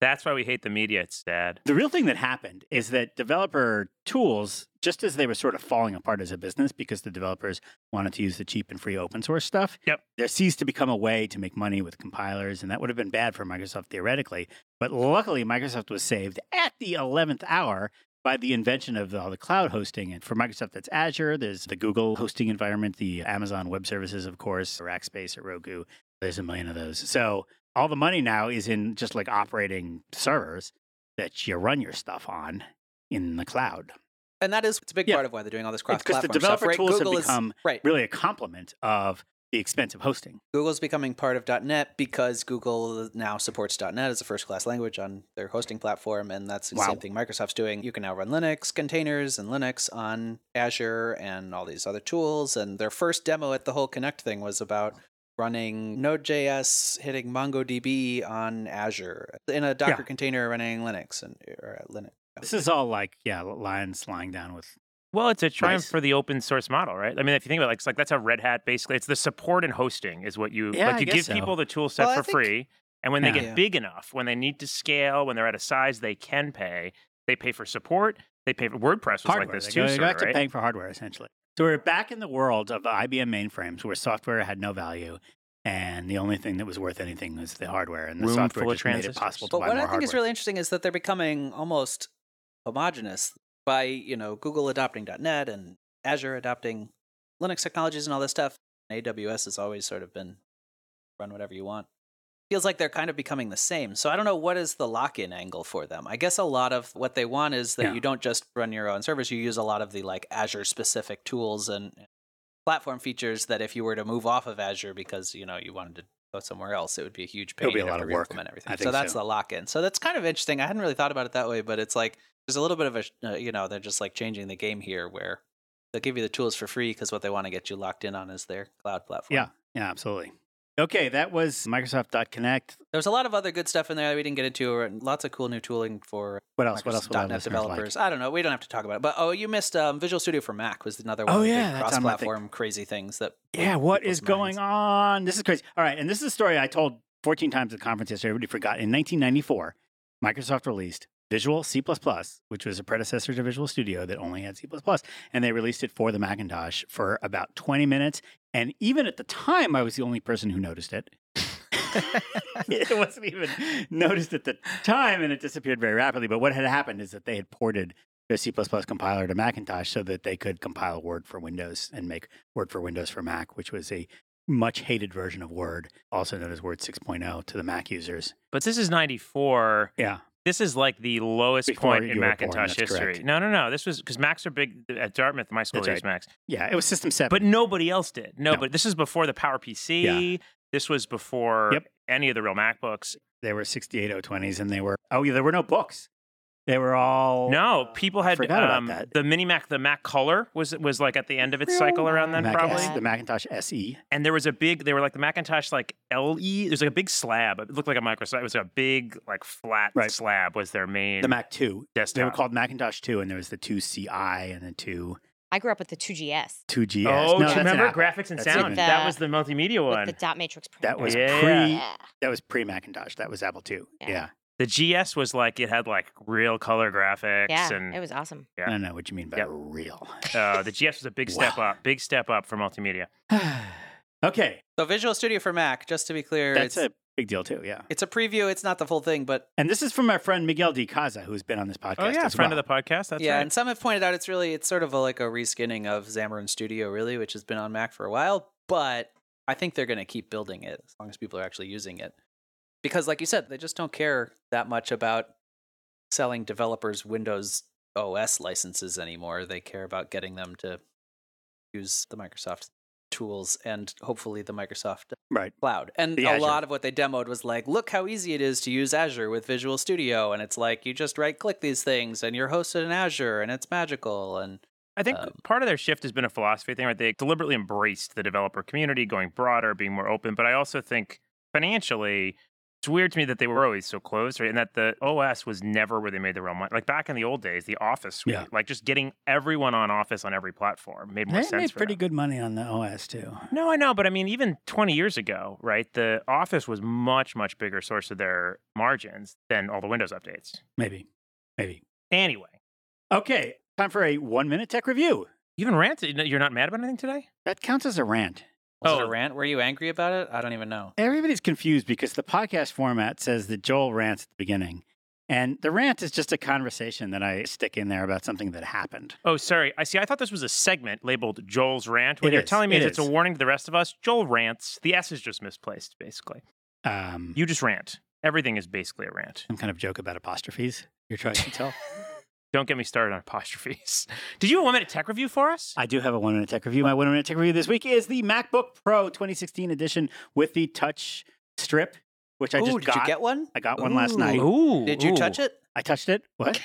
Speaker 1: That's why we hate the media. It's sad.
Speaker 3: the real thing that happened is that developer tools, just as they were sort of falling apart as a business because the developers wanted to use the cheap and free open source stuff,
Speaker 1: Yep.
Speaker 3: there ceased to become a way to make money with compilers, and that would have been bad for Microsoft theoretically. But luckily, Microsoft was saved at the 11th hour by the invention of all the cloud hosting. And for Microsoft, that's Azure, there's the Google hosting environment, the Amazon Web Services, of course, Rackspace, Roku. There's a million of those. So all the money now is in just like operating servers that you run your stuff on in the cloud.
Speaker 2: And that is it's a big
Speaker 3: Yeah.
Speaker 2: part of why they're doing all this cross
Speaker 3: Because the
Speaker 2: platform
Speaker 3: developer
Speaker 2: stuff, right?
Speaker 3: tools
Speaker 2: Google
Speaker 3: have become
Speaker 2: is, right.
Speaker 3: really a complement of the expensive hosting.
Speaker 2: Google's becoming part of .NET because Google now supports .NET as a first-class language on their hosting platform, and that's the
Speaker 3: Wow.
Speaker 2: same thing Microsoft's doing. You can now run Linux containers and Linux on Azure and all these other tools. And their first demo at the whole Connect thing was about running Node.js, hitting MongoDB on Azure in a Docker
Speaker 3: Yeah.
Speaker 2: container running Linux and or uh, Linux.
Speaker 3: This is all like, yeah, lions lying down with.
Speaker 1: Well, it's a triumph
Speaker 3: Nice.
Speaker 1: for the open source model, right? I mean, if you think about it, like, it's like that's a Red Hat basically. It's the support and hosting is what you
Speaker 3: Yeah, I
Speaker 1: like. You
Speaker 3: guess
Speaker 1: give
Speaker 3: so.
Speaker 1: people the tool set
Speaker 2: Well, I
Speaker 1: for
Speaker 2: think-
Speaker 1: free, and when
Speaker 3: Yeah.
Speaker 1: they get
Speaker 2: Yeah.
Speaker 1: big enough, when they need to scale, when they're at a size they can pay, they pay for support. They pay for WordPress was
Speaker 3: hardware.
Speaker 1: like this
Speaker 3: They
Speaker 1: too,
Speaker 3: go- they
Speaker 1: sort
Speaker 3: go back
Speaker 1: of,
Speaker 3: to
Speaker 1: right?
Speaker 3: paying for hardware essentially. So we're back in the world of IBM mainframes where software had no value, and the only thing that was worth anything was the hardware, and the
Speaker 1: Room
Speaker 3: software
Speaker 1: full of
Speaker 3: just made it
Speaker 1: transistors.
Speaker 3: possible to
Speaker 2: But
Speaker 3: buy
Speaker 2: what I
Speaker 3: more
Speaker 2: think
Speaker 3: hardware.
Speaker 2: is really interesting is that they're becoming almost homogenous by you know Google adopting .NET and Azure adopting Linux technologies and all this stuff. AWS has always sort of been run whatever you want. Feels like they're kind of becoming the same. So I don't know what is the lock-in angle for them. I guess a lot of what they want is that
Speaker 3: Yeah.
Speaker 2: you don't just run your own servers. You use a lot of the like Azure specific tools and platform features that if you were to move off of Azure because you know you wanted to go somewhere else, it would be a huge
Speaker 3: It
Speaker 2: pain.
Speaker 3: would be a
Speaker 2: You'd have to
Speaker 3: lot of work.
Speaker 2: re-implement everything.
Speaker 3: I
Speaker 2: so
Speaker 3: think
Speaker 2: that's
Speaker 3: so.
Speaker 2: the lock in. So that's kind of interesting. I hadn't really thought about it that way, but it's like there's a little bit of a sh- uh, you know they're just like changing the game here where they'll give you the tools for free because what they want to get you locked in on is their cloud platform.
Speaker 3: Yeah. yeah, absolutely. Okay, that was Microsoft.Connect.
Speaker 2: there's a lot of other good stuff in there that we didn't get into. and Lots of cool new tooling for
Speaker 3: What else? what else? What
Speaker 2: Microsoft .NET
Speaker 3: else?
Speaker 2: developers. I don't know. We don't have to talk about it. But oh, you missed um, Visual Studio for Mac was another one
Speaker 3: Oh,
Speaker 2: of the big
Speaker 3: yeah, that's on my thing.
Speaker 2: cross-platform crazy things that.
Speaker 3: Yeah,
Speaker 2: blew
Speaker 3: what
Speaker 2: people's
Speaker 3: is going
Speaker 2: minds.
Speaker 3: on? This is crazy. All right, and this is a story I told 14 times at the conference yesterday. Everybody forgot. In 1994, Microsoft released Visual C++, which was a predecessor to Visual Studio that only had C++, and they released it for the Macintosh for about 20 minutes. And even at the time, I was the only person who noticed it. it wasn't even noticed at the time, and it disappeared very rapidly. But what had happened is that they had ported their C compiler to Macintosh so that they could compile Word for Windows and make Word for Windows for Mac, which was a much hated version of Word, also known as Word 6.0 to the Mac users.
Speaker 1: But this is '94.
Speaker 3: Yeah.
Speaker 1: This is like the lowest
Speaker 3: Before
Speaker 1: point
Speaker 3: you
Speaker 1: in
Speaker 3: were born,
Speaker 1: Macintosh
Speaker 3: that's
Speaker 1: history.
Speaker 3: correct.
Speaker 1: No, no, no. This was because Macs are big at Dartmouth. My school
Speaker 3: That's
Speaker 1: used Macs,
Speaker 3: Yeah, it was System 7.
Speaker 1: but nobody else did. No,
Speaker 3: No.
Speaker 1: but this is before the Power PC. This was before
Speaker 3: Yep.
Speaker 1: any of the real MacBooks.
Speaker 3: they were 68020s and they were, oh, yeah, there were no books. They were all.
Speaker 1: No, people had
Speaker 3: forgot about
Speaker 1: um,
Speaker 3: that.
Speaker 1: the mini Mac. The Mac Color was was like at the end of its
Speaker 4: Real
Speaker 1: cycle around
Speaker 3: The
Speaker 1: then,
Speaker 3: Mac
Speaker 1: probably.
Speaker 3: S, E, the Macintosh SE.
Speaker 1: And there was a big. They were like the Macintosh like LE. There's like a big slab. It looked like a Microsoft. It was a big like flat
Speaker 3: Right.
Speaker 1: slab. Was their main
Speaker 3: The Mac 2.
Speaker 1: desktop.
Speaker 3: They were called Macintosh 2, and there was the 2CI and the 2,
Speaker 4: I grew up with the 2GS
Speaker 3: 2GS.
Speaker 1: Oh, do
Speaker 3: no, that's
Speaker 1: you
Speaker 3: an
Speaker 1: remember
Speaker 3: Apple.
Speaker 1: graphics and
Speaker 3: That's
Speaker 1: sound?
Speaker 4: it.
Speaker 1: that
Speaker 4: The-
Speaker 1: was the multimedia one.
Speaker 4: with the dot matrix printer.
Speaker 3: That was
Speaker 1: Yeah.
Speaker 3: pre
Speaker 4: Yeah.
Speaker 3: that was pre Macintosh. That was Apple II.
Speaker 4: Yeah.
Speaker 3: yeah.
Speaker 1: The GS was like it had like real color graphics,
Speaker 4: Yeah,
Speaker 1: and
Speaker 4: it was awesome.
Speaker 1: Yeah.
Speaker 3: I don't know what you mean by
Speaker 1: Yeah.
Speaker 3: real.
Speaker 1: uh, the GS was a big step
Speaker 3: Wow.
Speaker 1: up, big step up for multimedia.
Speaker 3: okay,
Speaker 2: So Visual Studio for Mac, just to be clear,
Speaker 3: that's
Speaker 2: it's
Speaker 3: a big deal too. Yeah,
Speaker 2: it's a preview. It's not the full thing, but
Speaker 3: and this is from our friend Miguel de Casa, who's been on this podcast.
Speaker 1: Oh yeah,
Speaker 3: as
Speaker 1: friend
Speaker 3: well.
Speaker 1: of the podcast. That's
Speaker 2: yeah,
Speaker 1: right.
Speaker 2: and some have pointed out it's really it's sort of a, like a reskinning of Xamarin Studio, really, which has been on Mac for a while. But I think they're going to keep building it as long as people are actually using it, because like you said, they just don't care that much about selling developers Windows OS licenses anymore. They care about getting them to use the Microsoft tools and hopefully the Microsoft
Speaker 3: right.
Speaker 2: cloud. And
Speaker 3: The
Speaker 2: a
Speaker 3: Azure.
Speaker 2: lot of what they demoed was like, look how easy it is to use Azure with Visual Studio. And it's like, you just right click these things and you're hosted in Azure and it's magical. And
Speaker 1: I think
Speaker 2: Um,
Speaker 1: part of their shift has been a philosophy thing, right? They deliberately embraced the developer community, going broader, being more open. But I also think financially, it's weird to me that they were always so close, right? And that the OS was never where they made the real money. Like back in the old days, the Office suite,
Speaker 3: Yeah.
Speaker 1: like just getting everyone on Office on every platform made more
Speaker 3: They
Speaker 1: sense.
Speaker 3: made
Speaker 1: for
Speaker 3: pretty
Speaker 1: them.
Speaker 3: good money on the OS too.
Speaker 1: No, I know, but I mean, even 20 years ago, right? The Office was much, much bigger source of their margins than all the Windows updates.
Speaker 3: Maybe, maybe.
Speaker 1: Anyway,
Speaker 3: Okay, time for a one-minute tech review.
Speaker 1: you even ranted. You're not mad about anything today?
Speaker 3: That counts as a rant.
Speaker 2: was it a
Speaker 1: Oh.
Speaker 2: rant? Were you angry about it? I don't even know.
Speaker 3: Everybody's confused because the podcast format says that Joel rants at the beginning, and the rant is just a conversation that I stick in there about something that happened.
Speaker 1: Oh, sorry. I see. I thought this was a segment labeled Joel's Rant. What
Speaker 3: It
Speaker 1: you're
Speaker 3: is.
Speaker 1: telling me
Speaker 3: It
Speaker 1: is it's a
Speaker 3: is.
Speaker 1: warning to the rest of us. Joel rants. The S is just misplaced, basically.
Speaker 3: Um,
Speaker 1: You just rant. Everything is basically a rant.
Speaker 3: some kind of joke about apostrophes. You're trying to tell.
Speaker 1: Don't get me started on apostrophes. Did you have a one minute tech review for us?
Speaker 3: I do have a one minute tech review. My one minute tech review this week is the MacBook Pro 2016 edition with the touch strip, which I
Speaker 2: Ooh,
Speaker 3: just
Speaker 2: did
Speaker 3: got.
Speaker 2: you get one?
Speaker 3: I got one last night.
Speaker 1: Ooh.
Speaker 2: Did you touch it?
Speaker 3: I touched it. What?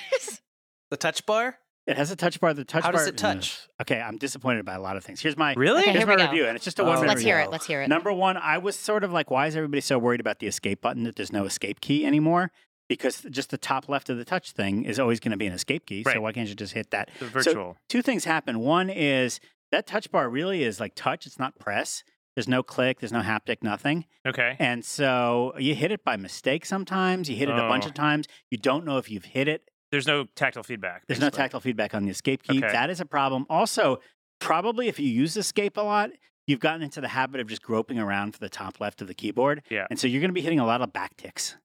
Speaker 2: The touch bar?
Speaker 3: It has a touch bar. The touch
Speaker 2: How
Speaker 3: bar.
Speaker 2: does it touch?
Speaker 3: Okay, I'm disappointed by a lot of things. Here's my
Speaker 1: Really?
Speaker 4: Okay,
Speaker 3: here's
Speaker 4: here
Speaker 3: my
Speaker 4: we go.
Speaker 3: review, and it's just a
Speaker 2: Oh.
Speaker 3: one.
Speaker 2: There
Speaker 4: Let's
Speaker 2: we
Speaker 4: hear it.
Speaker 2: go.
Speaker 4: Let's hear it.
Speaker 3: Number one, I was sort of like, why is everybody so worried about the escape button that there's no escape key anymore? Because just the top left of the touch thing is always going to be an escape key. So
Speaker 1: Right.
Speaker 3: why can't you just hit that?
Speaker 1: The virtual.
Speaker 3: Two things happen. One is that touch bar really is like touch, it's not press. There's no click, there's no haptic, nothing.
Speaker 1: okay.
Speaker 3: And so you hit it by mistake sometimes. You hit it a bunch
Speaker 1: Oh.
Speaker 3: of times. You don't know if you've hit it.
Speaker 1: There's no tactile feedback.
Speaker 3: There's no
Speaker 1: basically.
Speaker 3: tactile feedback on the escape key.
Speaker 1: Okay.
Speaker 3: That is a problem. Also, probably if you use escape a lot, you've gotten into the habit of just groping around for the top left of the keyboard.
Speaker 1: Yeah.
Speaker 3: And so you're going to be hitting a lot of backticks.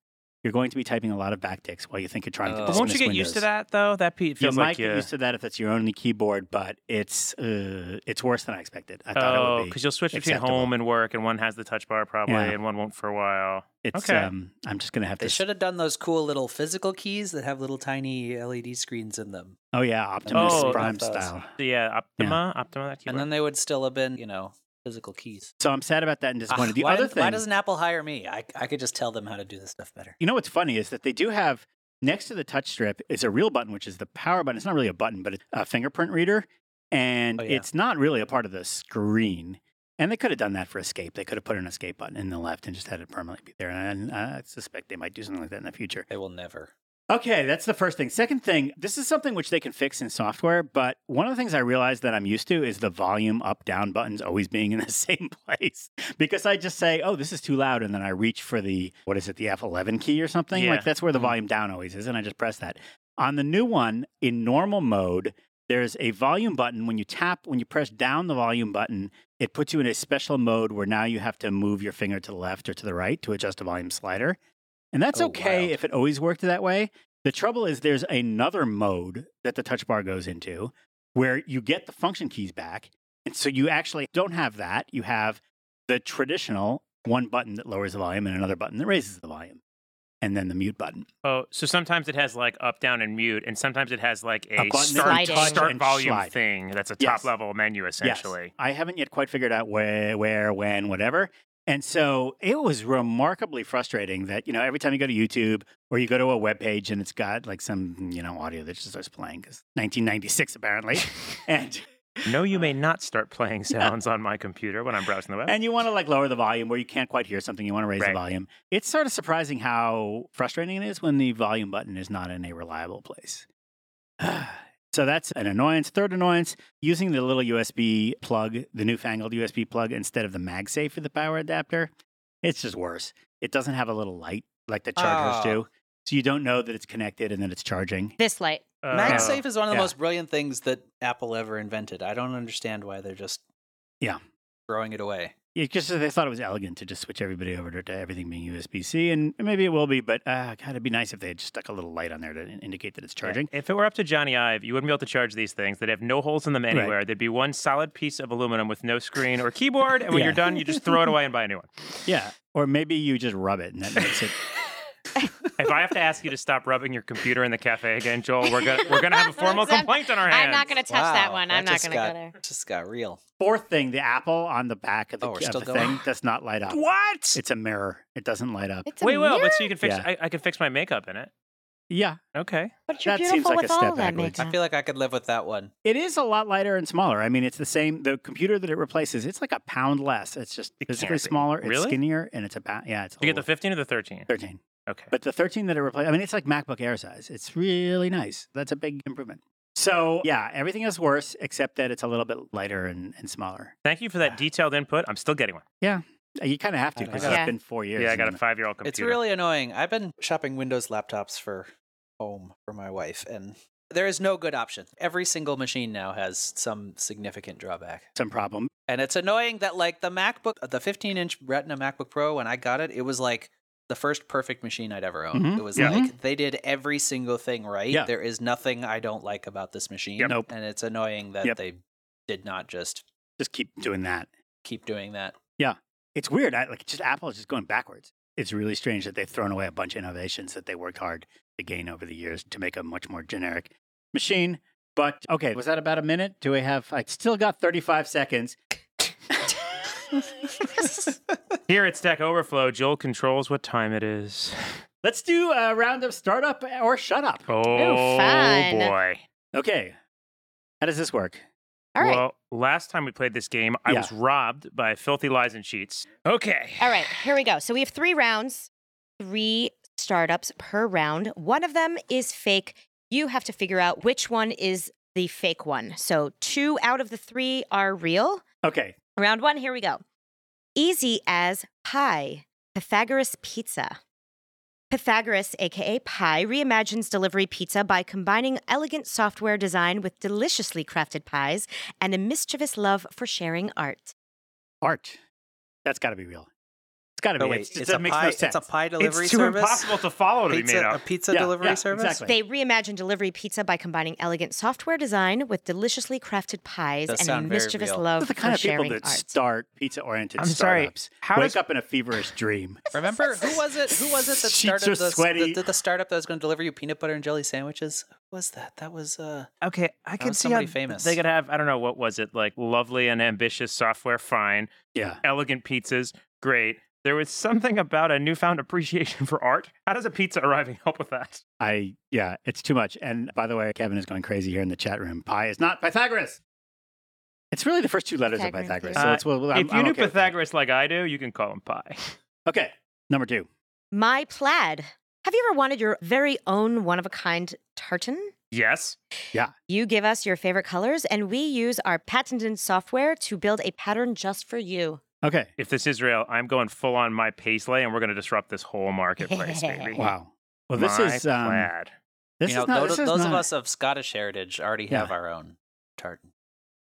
Speaker 3: You're going to be typing a lot of backticks while you think you're trying to
Speaker 2: Oh.
Speaker 3: dismiss
Speaker 1: But won't you get used to
Speaker 3: Windows.
Speaker 1: that though? That pe-
Speaker 3: You
Speaker 1: feels
Speaker 3: might
Speaker 1: like
Speaker 3: get
Speaker 1: you.
Speaker 3: used to that if that's your only keyboard, but it's uh, it's worse than I expected. I thought it
Speaker 1: Oh,
Speaker 3: would be.
Speaker 1: because you'll switch between
Speaker 3: acceptable.
Speaker 1: home and work, and one has the touch bar probably,
Speaker 3: Yeah.
Speaker 1: and one won't for a while.
Speaker 3: It's
Speaker 1: okay.
Speaker 3: um, I'm just going to have
Speaker 2: They
Speaker 3: to.
Speaker 2: should have done those cool little physical keys that have little tiny LED screens in them.
Speaker 3: oh yeah, Optimus
Speaker 1: Oh,
Speaker 3: Prime
Speaker 2: that's-
Speaker 3: style.
Speaker 1: So, yeah, Optima, Optima. That
Speaker 2: And then they would still have been, you know, physical keys.
Speaker 3: So I'm sad about that and disappointed.
Speaker 2: Ah,
Speaker 3: the
Speaker 2: why,
Speaker 3: other
Speaker 2: didn't-
Speaker 3: thing,
Speaker 2: why doesn't Apple hire me? I, I could just tell them how to do this stuff better.
Speaker 3: you know what's funny is that they do have next to the touch strip is a real button, which is the power button. It's not really a button, but it's a fingerprint reader, and
Speaker 2: Oh, yeah.
Speaker 3: it's not really a part of the screen. And they could have done that for escape. They could have put an escape button in the left and just had it permanently be there. And I I suspect they might do something like that in the future.
Speaker 2: They will never.
Speaker 3: Okay, that's the first thing. Second thing, this is something which they can fix in software, but one of the things I realized that I'm used to is the volume up down buttons always being in the same place because I just say, "Oh, this is too loud," and then I reach for the what is it, the F11 key or something?
Speaker 1: Yeah.
Speaker 3: Like that's where the
Speaker 2: Mhm.
Speaker 3: volume down always is, and I just press that. On the new one in normal mode, there's a volume button when you tap when you press down the volume button, it puts you in a special mode where now you have to move your finger to the left or to the right to adjust a volume slider. And that's
Speaker 2: Oh,
Speaker 3: okay
Speaker 2: wild.
Speaker 3: if it always worked that way. The trouble is there's another mode that the touch bar goes into where you get the function keys back. And so you actually don't have that. You have the traditional one button that lowers the volume and another button that raises the volume. And then the mute button.
Speaker 1: Oh, so sometimes it has like up, down, and mute, and sometimes it has like
Speaker 3: A
Speaker 1: a,
Speaker 3: button
Speaker 1: start,
Speaker 4: that you touch
Speaker 1: start
Speaker 3: and
Speaker 1: volume
Speaker 3: slide.
Speaker 1: thing. That's a top
Speaker 3: Yes.
Speaker 1: level menu
Speaker 3: Yes.
Speaker 1: essentially.
Speaker 3: I haven't yet quite figured out where, where, when, whatever. And so it was remarkably frustrating that, you know, every time you go to YouTube or you go to a web page and it's got like some, you know, audio that just starts playing because 1996 apparently. and
Speaker 1: No, you may not start playing sounds on my computer when I'm browsing the web.
Speaker 3: and you want to like lower the volume where you can't quite hear something, you want to raise the
Speaker 1: Right.
Speaker 3: volume. It's sort of surprising how frustrating it is when the volume button is not in a reliable place. so that's an annoyance. Third annoyance, using the little USB plug, the newfangled USB plug instead of the MagSafe for the power adapter. It's just worse. It doesn't have a little light like the chargers
Speaker 2: Ah.
Speaker 3: do. So you don't know that it's connected and that it's charging.
Speaker 4: This light.
Speaker 1: Uh,
Speaker 2: MagSafe is one of the
Speaker 3: yeah.
Speaker 2: most brilliant things that Apple ever invented. I don't understand why they're just
Speaker 3: Yeah.
Speaker 2: throwing it away.
Speaker 3: It's just that they thought it was elegant to just switch everybody over to, to everything being USB C, and maybe it will be, but uh, God, it'd be nice if they had just stuck a little light on there to in- indicate that it's charging.
Speaker 1: If it were up to Johnny Ive, you wouldn't be able to charge these things. They'd have no holes in them anywhere. There'd be one solid piece of aluminum with no screen or keyboard. And when
Speaker 3: Yeah.
Speaker 1: you're done, you just throw it away and buy a new one.
Speaker 3: Yeah, or maybe you just rub it, and that makes it.
Speaker 1: If I have to ask you to stop rubbing your computer in the cafe again, Joel, we're gonna we're gonna have a formal complaint on our hands.
Speaker 4: I'm not going to touch that
Speaker 2: Wow,
Speaker 4: one. I'm not
Speaker 2: just
Speaker 4: going to go
Speaker 2: got-
Speaker 4: there.
Speaker 2: Just got real.
Speaker 3: Fourth thing, the apple on the back of the,
Speaker 2: Oh, we're
Speaker 3: of
Speaker 2: still
Speaker 3: the
Speaker 2: going?
Speaker 3: thing does not light up.
Speaker 1: What?
Speaker 3: It's a mirror. It doesn't light up.
Speaker 4: It's a
Speaker 1: Wait, well,
Speaker 4: mirror?
Speaker 1: but so you can fix.
Speaker 3: Yeah.
Speaker 1: I, I can fix my makeup in it.
Speaker 3: Yeah,
Speaker 1: Okay.
Speaker 4: But you're
Speaker 3: that seems
Speaker 4: beautiful
Speaker 3: like a
Speaker 4: with
Speaker 3: step
Speaker 4: all that
Speaker 3: backwards.
Speaker 2: I
Speaker 4: makeup.
Speaker 2: feel like I could live with that one.
Speaker 3: it is a lot lighter and smaller. I mean, it's the same. The computer that it replaces, it's like a pound less. It's just
Speaker 1: It can't
Speaker 3: physically
Speaker 1: be.
Speaker 3: smaller. It's
Speaker 1: Really?
Speaker 3: skinnier, and it's a pound. Yeah, it's. a
Speaker 1: You get the
Speaker 3: little-
Speaker 1: 15 or the 13?
Speaker 3: thirteen.
Speaker 1: Okay.
Speaker 3: But the 13 that it replaced, I mean, it's like MacBook Air size. It's really nice. That's a big improvement. So, yeah, everything is worse except that it's a little bit lighter and, and smaller. Uh,
Speaker 1: Thank you for that detailed input. I'm still getting one.
Speaker 3: You kind of have to
Speaker 2: I don't
Speaker 3: because
Speaker 2: know.
Speaker 3: it's
Speaker 4: Yeah.
Speaker 3: been four years.
Speaker 1: Yeah, I got a
Speaker 3: and-
Speaker 1: five year old computer.
Speaker 2: It's really annoying. I've been shopping Windows laptops for home for my wife, and there is no good option. Every single machine now has some significant drawback.
Speaker 3: some problem.
Speaker 2: And it's annoying that, like, the MacBook, the 15 inch Retina MacBook Pro, when I got it, it was like the first perfect machine I'd ever owned.
Speaker 3: Mhm.
Speaker 2: It was
Speaker 1: Yeah.
Speaker 2: like they did every single thing right.
Speaker 3: Yeah.
Speaker 2: There is nothing I don't like about this machine.
Speaker 3: Yep. Nope.
Speaker 2: And it's annoying that
Speaker 3: Yep.
Speaker 2: they did not just
Speaker 3: Just keep doing that.
Speaker 2: keep doing that.
Speaker 3: It's weird. I, like, just Apple is just going backwards. It's really strange that they've thrown away a bunch of innovations that they worked hard to gain over the years to make a much more generic machine. But okay, was that about a minute? Do we have? I still got 35 seconds.
Speaker 2: Oh,
Speaker 1: Here at Stack Overflow, Joel controls what time it is.
Speaker 3: Let's do a round of startup or shut up.
Speaker 1: Oh
Speaker 4: fun.
Speaker 1: boy.
Speaker 3: Okay, How does this work?
Speaker 4: All right.
Speaker 1: Well, last time we played this game, I
Speaker 3: Yeah.
Speaker 1: was robbed by filthy lies and cheats. Okay.
Speaker 4: All right, here we go. So we have three rounds, three startups per round. One of them is fake. You have to figure out which one is the fake one. So two out of the three are real.
Speaker 3: Okay.
Speaker 4: Round one, here we go. Easy as pie, Pythagoras pizza. Pythagoras, aka Pie, reimagines delivery pizza by combining elegant software design with deliciously crafted pies and a mischievous love for sharing art.
Speaker 3: Art. That's got to be real. It's got to be.
Speaker 2: Oh, wait,
Speaker 3: it's,
Speaker 2: it's,
Speaker 3: that
Speaker 2: a
Speaker 3: makes
Speaker 2: pie.
Speaker 3: no sense.
Speaker 2: It's a pie delivery
Speaker 1: it's too
Speaker 2: service.
Speaker 1: impossible to follow to be made
Speaker 2: Pizza, uh, a
Speaker 1: up.
Speaker 2: pizza
Speaker 3: Yeah,
Speaker 2: delivery
Speaker 3: yeah,
Speaker 2: service.
Speaker 3: exactly.
Speaker 4: They reimagined delivery pizza by combining elegant software design with deliciously crafted pies
Speaker 2: Does
Speaker 4: and a
Speaker 2: sound very
Speaker 4: mischievous
Speaker 2: real.
Speaker 4: love
Speaker 3: Those are the
Speaker 4: for
Speaker 3: kind of people
Speaker 4: sharing
Speaker 3: that
Speaker 4: art.
Speaker 3: start pizza-oriented
Speaker 1: I'm sorry,
Speaker 3: startups.
Speaker 1: how
Speaker 3: Wake
Speaker 1: does-
Speaker 3: up in a feverish dream.
Speaker 2: Remember who was it? Who was it that
Speaker 3: Sheets
Speaker 2: started
Speaker 3: are
Speaker 2: the,
Speaker 3: sweaty.
Speaker 2: the, the, the startup that was going to deliver you peanut butter and jelly sandwiches? Who was that? That was uh.
Speaker 1: Okay, I can
Speaker 2: was
Speaker 1: see how
Speaker 2: somebody famous.
Speaker 1: they could have. I don't know what was it like. Lovely and ambitious software, fine.
Speaker 3: Yeah.
Speaker 1: Elegant pizzas, great. There was something about a newfound appreciation for art. How does a pizza arriving help with that?
Speaker 3: I yeah, it's too much. And by the way, Kevin is going crazy here in the chat room. Pi is not Pythagoras. It's really the first two letters
Speaker 4: Pythagoras,
Speaker 3: of Pythagoras.
Speaker 1: yeah.
Speaker 3: So it's
Speaker 2: Uh,
Speaker 3: well, I'm,
Speaker 1: if you
Speaker 3: I'm
Speaker 1: knew
Speaker 3: okay with that.
Speaker 1: Pythagoras like I do, you can call him Pi.
Speaker 3: Okay, number two.
Speaker 4: My plaid. Have you ever wanted your very own one of a kind tartan?
Speaker 1: Yes.
Speaker 4: You give us your favorite colors, and we use our patented software to build a pattern just for you.
Speaker 3: Okay,
Speaker 1: If this is real, I'm going full on my paisley, and we're going to disrupt this whole marketplace, baby.
Speaker 3: wow. Well, this
Speaker 1: My
Speaker 3: is um,
Speaker 1: plaid.
Speaker 3: this
Speaker 2: you know,
Speaker 3: is not,
Speaker 2: those,
Speaker 3: this is
Speaker 2: those of
Speaker 3: not-
Speaker 2: us of Scottish heritage already
Speaker 3: Yeah.
Speaker 2: have our own tartan.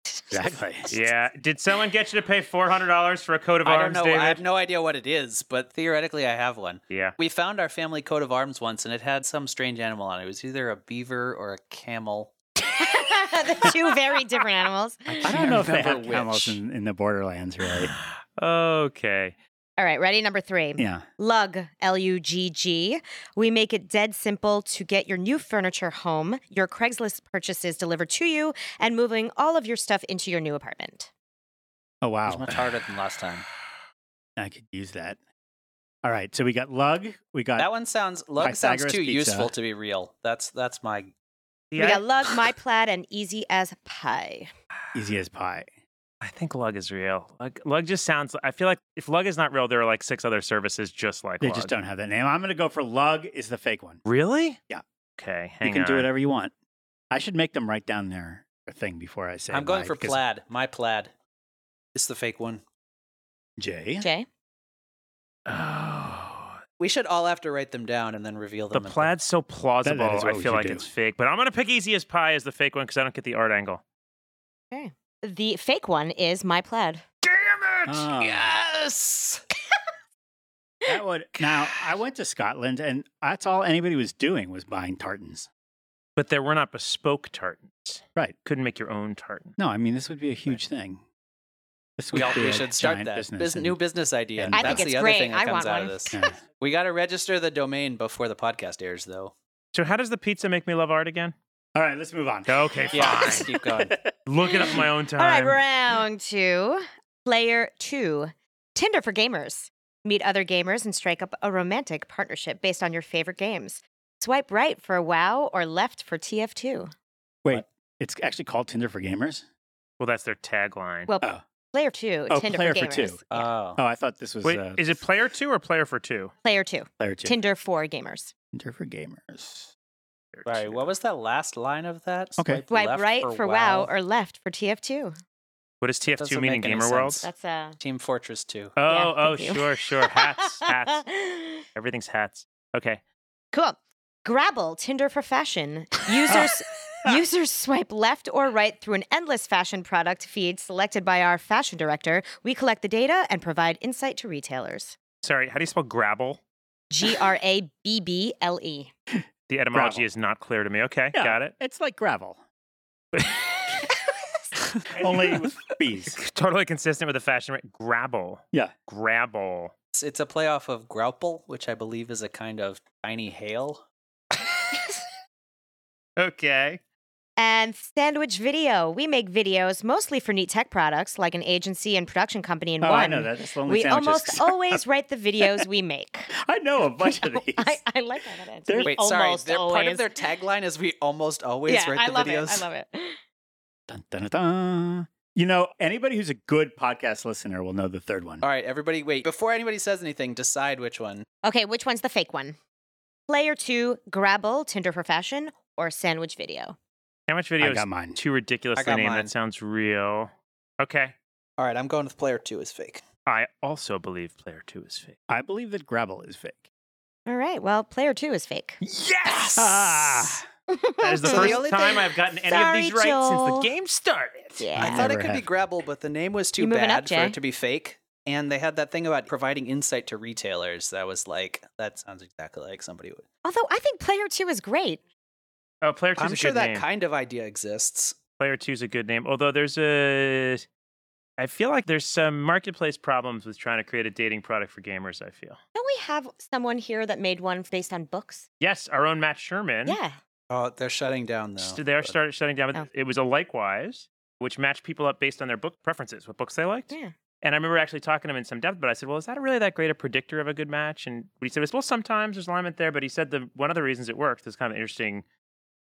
Speaker 3: exactly.
Speaker 1: Yeah. Did someone get you to pay four hundred dollars for a coat of
Speaker 2: I don't
Speaker 1: arms,
Speaker 2: know.
Speaker 1: David?
Speaker 2: I have no idea what it is, but theoretically, I have one.
Speaker 1: Yeah.
Speaker 2: We found our family coat of arms once, and it had some strange animal on it. It was either a beaver or a camel.
Speaker 4: the two very different animals.
Speaker 3: I don't know if they have
Speaker 2: Remember
Speaker 3: camels
Speaker 2: which.
Speaker 3: in, in the borderlands, really.
Speaker 1: Okay.
Speaker 4: All right, ready? Number three.
Speaker 3: Yeah.
Speaker 4: Lug, L U G G. We make it dead simple to get your new furniture home, your Craigslist purchases delivered to you, and moving all of your stuff into your new apartment.
Speaker 3: Oh
Speaker 2: It was
Speaker 3: wow,
Speaker 2: much harder than last time.
Speaker 3: I could use that. All right, so we got lug. We got
Speaker 2: That one sounds lug sounds
Speaker 3: Pythagoras
Speaker 2: too
Speaker 3: pizza.
Speaker 2: useful to be real. That's that's my
Speaker 1: Yeah.
Speaker 4: We got lug, my plaid, and easy as pie.
Speaker 3: easy as pie.
Speaker 1: I think Lug is real. Lug, Lug just sounds. I feel like if Lug is not real, there are like six other services just like
Speaker 3: They
Speaker 1: Lug.
Speaker 3: just don't have that name. I'm going to go for lug. Is the fake one.
Speaker 1: Really?
Speaker 3: Yeah.
Speaker 1: Okay. Hang
Speaker 3: you can
Speaker 1: on.
Speaker 3: do whatever you want. I should make them write down their their thing before I say.
Speaker 2: I'm going
Speaker 3: mine,
Speaker 2: for
Speaker 3: because-
Speaker 2: plaid. My plaid. It's the fake one.
Speaker 3: Jay.
Speaker 4: Jay?
Speaker 1: Oh,
Speaker 2: We should all have to write them down and then reveal
Speaker 1: the
Speaker 2: them. at
Speaker 1: plaid's so plausible.
Speaker 3: is what
Speaker 1: I
Speaker 3: we
Speaker 1: feel
Speaker 3: should
Speaker 1: like
Speaker 3: do.
Speaker 1: it's fake, but I'm gonna pick Easy as Pie as the fake one because I don't get the art angle.
Speaker 4: The fake one is my plaid.
Speaker 1: Damn it!
Speaker 3: Oh,
Speaker 2: Yes.
Speaker 3: That would now. I went to Scotland, and that's all anybody was doing was buying tartans.
Speaker 1: But there were not bespoke tartans.
Speaker 3: Right.
Speaker 1: Couldn't make your own tartan.
Speaker 3: No, I mean this would be a huge thing. This
Speaker 2: We, all,
Speaker 3: be
Speaker 2: we
Speaker 3: a
Speaker 2: should start
Speaker 3: giant
Speaker 2: that
Speaker 3: business
Speaker 2: Bus-
Speaker 3: and-
Speaker 2: new business idea.
Speaker 3: and- I think
Speaker 2: That's
Speaker 4: it's
Speaker 2: the
Speaker 4: great.
Speaker 2: other thing that
Speaker 4: I
Speaker 2: comes
Speaker 4: want
Speaker 2: out of
Speaker 4: one.
Speaker 2: this.
Speaker 3: Yeah.
Speaker 2: We got to register the domain before the podcast airs, though.
Speaker 1: So how does the pizza make me love art again?
Speaker 3: All right, let's move on.
Speaker 1: Okay, fine.
Speaker 2: Yeah, let's keep going.
Speaker 1: Look it up in my own time.
Speaker 4: All right, round two. Player two Tinder for gamers. Meet other gamers and strike up a romantic partnership based on your favorite games. Swipe right for WoW or left for TF2.
Speaker 3: Wait, it's actually called Tinder for gamers.
Speaker 1: Well, that's their tagline.
Speaker 4: Well,
Speaker 3: Oh.
Speaker 4: player two,
Speaker 3: Oh,
Speaker 4: Tinder
Speaker 3: player
Speaker 4: for
Speaker 3: for
Speaker 4: gamers.
Speaker 3: two.
Speaker 4: Yeah.
Speaker 2: Oh,
Speaker 3: Oh, I thought this was
Speaker 1: Wait,
Speaker 3: uh,
Speaker 1: is it player two or player for two?
Speaker 4: player two,
Speaker 3: player two.
Speaker 4: Tinder for gamers.
Speaker 3: Tinder for gamers.
Speaker 1: Player
Speaker 2: sorry.
Speaker 1: two.
Speaker 2: What was that last line of that?
Speaker 3: Okay.
Speaker 2: Swipe
Speaker 4: Swipe
Speaker 2: left
Speaker 4: right
Speaker 2: for,
Speaker 4: WoW or left for TF2.
Speaker 1: What does TF2
Speaker 2: Doesn't
Speaker 1: mean in
Speaker 2: make any
Speaker 1: Gamer
Speaker 2: sense.
Speaker 1: World?
Speaker 4: That's uh
Speaker 2: Team Fortress Two.
Speaker 1: Oh,
Speaker 4: Yeah,
Speaker 1: oh,
Speaker 4: thank you.
Speaker 1: sure, sure. Hats, hats. Everything's hats. Okay.
Speaker 4: Cool. Grabble, Tinder for fashion. Users users swipe left or right through an endless fashion product feed selected by our fashion director. We collect the data and provide insight to retailers.
Speaker 1: Sorry, how do you spell grabble?
Speaker 4: G R A B B L E.
Speaker 1: The etymology
Speaker 3: Gravel.
Speaker 1: is not clear to me. Okay,
Speaker 3: Yeah.
Speaker 1: got it.
Speaker 3: It's like gravel, only with bees.
Speaker 1: totally consistent with the fashion. Right? Grabble.
Speaker 3: Yeah.
Speaker 1: Grabble.
Speaker 2: It's, it's a playoff of Grauple, which I believe is a kind of tiny hail.
Speaker 1: Okay.
Speaker 4: And Sandwich Video. We make videos mostly for neat tech products like an agency and production company in
Speaker 3: Oh,
Speaker 4: one.
Speaker 3: I know that. That's lonely
Speaker 4: We
Speaker 3: sandwiches.
Speaker 4: almost always write the videos we make.
Speaker 3: I know a bunch of these.
Speaker 4: I, I like that. answer.
Speaker 3: There's-
Speaker 2: Wait,
Speaker 4: almost
Speaker 2: sorry. Their, part
Speaker 4: always.
Speaker 2: of their tagline is "We almost always
Speaker 4: yeah,
Speaker 2: write the
Speaker 4: I love
Speaker 2: videos."
Speaker 4: it. I love it.
Speaker 3: Dun, dun, dun, dun. You know, anybody who's a good podcast listener will know the third one.
Speaker 2: All right, everybody, wait. Before anybody says anything, decide which one.
Speaker 4: Okay, which one's the fake one? Player two, Grabble, Tinder for Fashion, or Sandwich Video?
Speaker 1: Sandwich
Speaker 3: I
Speaker 1: video is
Speaker 3: got mine.
Speaker 1: too ridiculous
Speaker 2: I
Speaker 1: a
Speaker 2: got
Speaker 1: name
Speaker 2: mine.
Speaker 1: that sounds real. Okay.
Speaker 2: All right, I'm going with player two is fake.
Speaker 1: I also believe player two is fake.
Speaker 3: I believe that Gravel is fake.
Speaker 4: All right, well, player two is fake.
Speaker 1: Yes!
Speaker 3: Ah,
Speaker 1: That is the
Speaker 2: So the
Speaker 1: first
Speaker 2: only
Speaker 1: time
Speaker 2: thing-
Speaker 1: I've gotten any
Speaker 4: Sorry,
Speaker 1: of these right since
Speaker 4: Joel.
Speaker 1: the game started.
Speaker 4: Yeah.
Speaker 2: I thought it
Speaker 3: never
Speaker 2: could be
Speaker 3: have.
Speaker 2: Grabble, but the name was too
Speaker 4: You moving
Speaker 2: bad
Speaker 4: up,
Speaker 2: for
Speaker 4: Jay?
Speaker 2: it to be fake. And they had that thing about providing insight to retailers that was like, that sounds exactly like somebody would.
Speaker 4: Although I think player two is great.
Speaker 1: Oh, player two
Speaker 2: I'm
Speaker 1: a
Speaker 2: sure
Speaker 1: good
Speaker 2: that
Speaker 1: name.
Speaker 2: kind of idea exists.
Speaker 1: player two is a good name. Although there's a, I feel like there's some marketplace problems with trying to create a dating product for gamers. I feel.
Speaker 4: Don't we have someone here that made one based on books?
Speaker 1: Yes, our own Matt Sherman.
Speaker 4: Yeah.
Speaker 2: Oh, they're shutting down though.
Speaker 1: st- they are
Speaker 2: But-
Speaker 1: started shutting down. but
Speaker 4: Oh.
Speaker 1: It was a likewise, which matched people up based on their book preferences, what books they liked.
Speaker 4: Yeah.
Speaker 1: And I remember actually talking to him in some depth, but I said, "Well, is that really that great a predictor of a good match?" And what he said was, "Well, sometimes there's alignment there, but he said the one of the reasons it worked this kind of interesting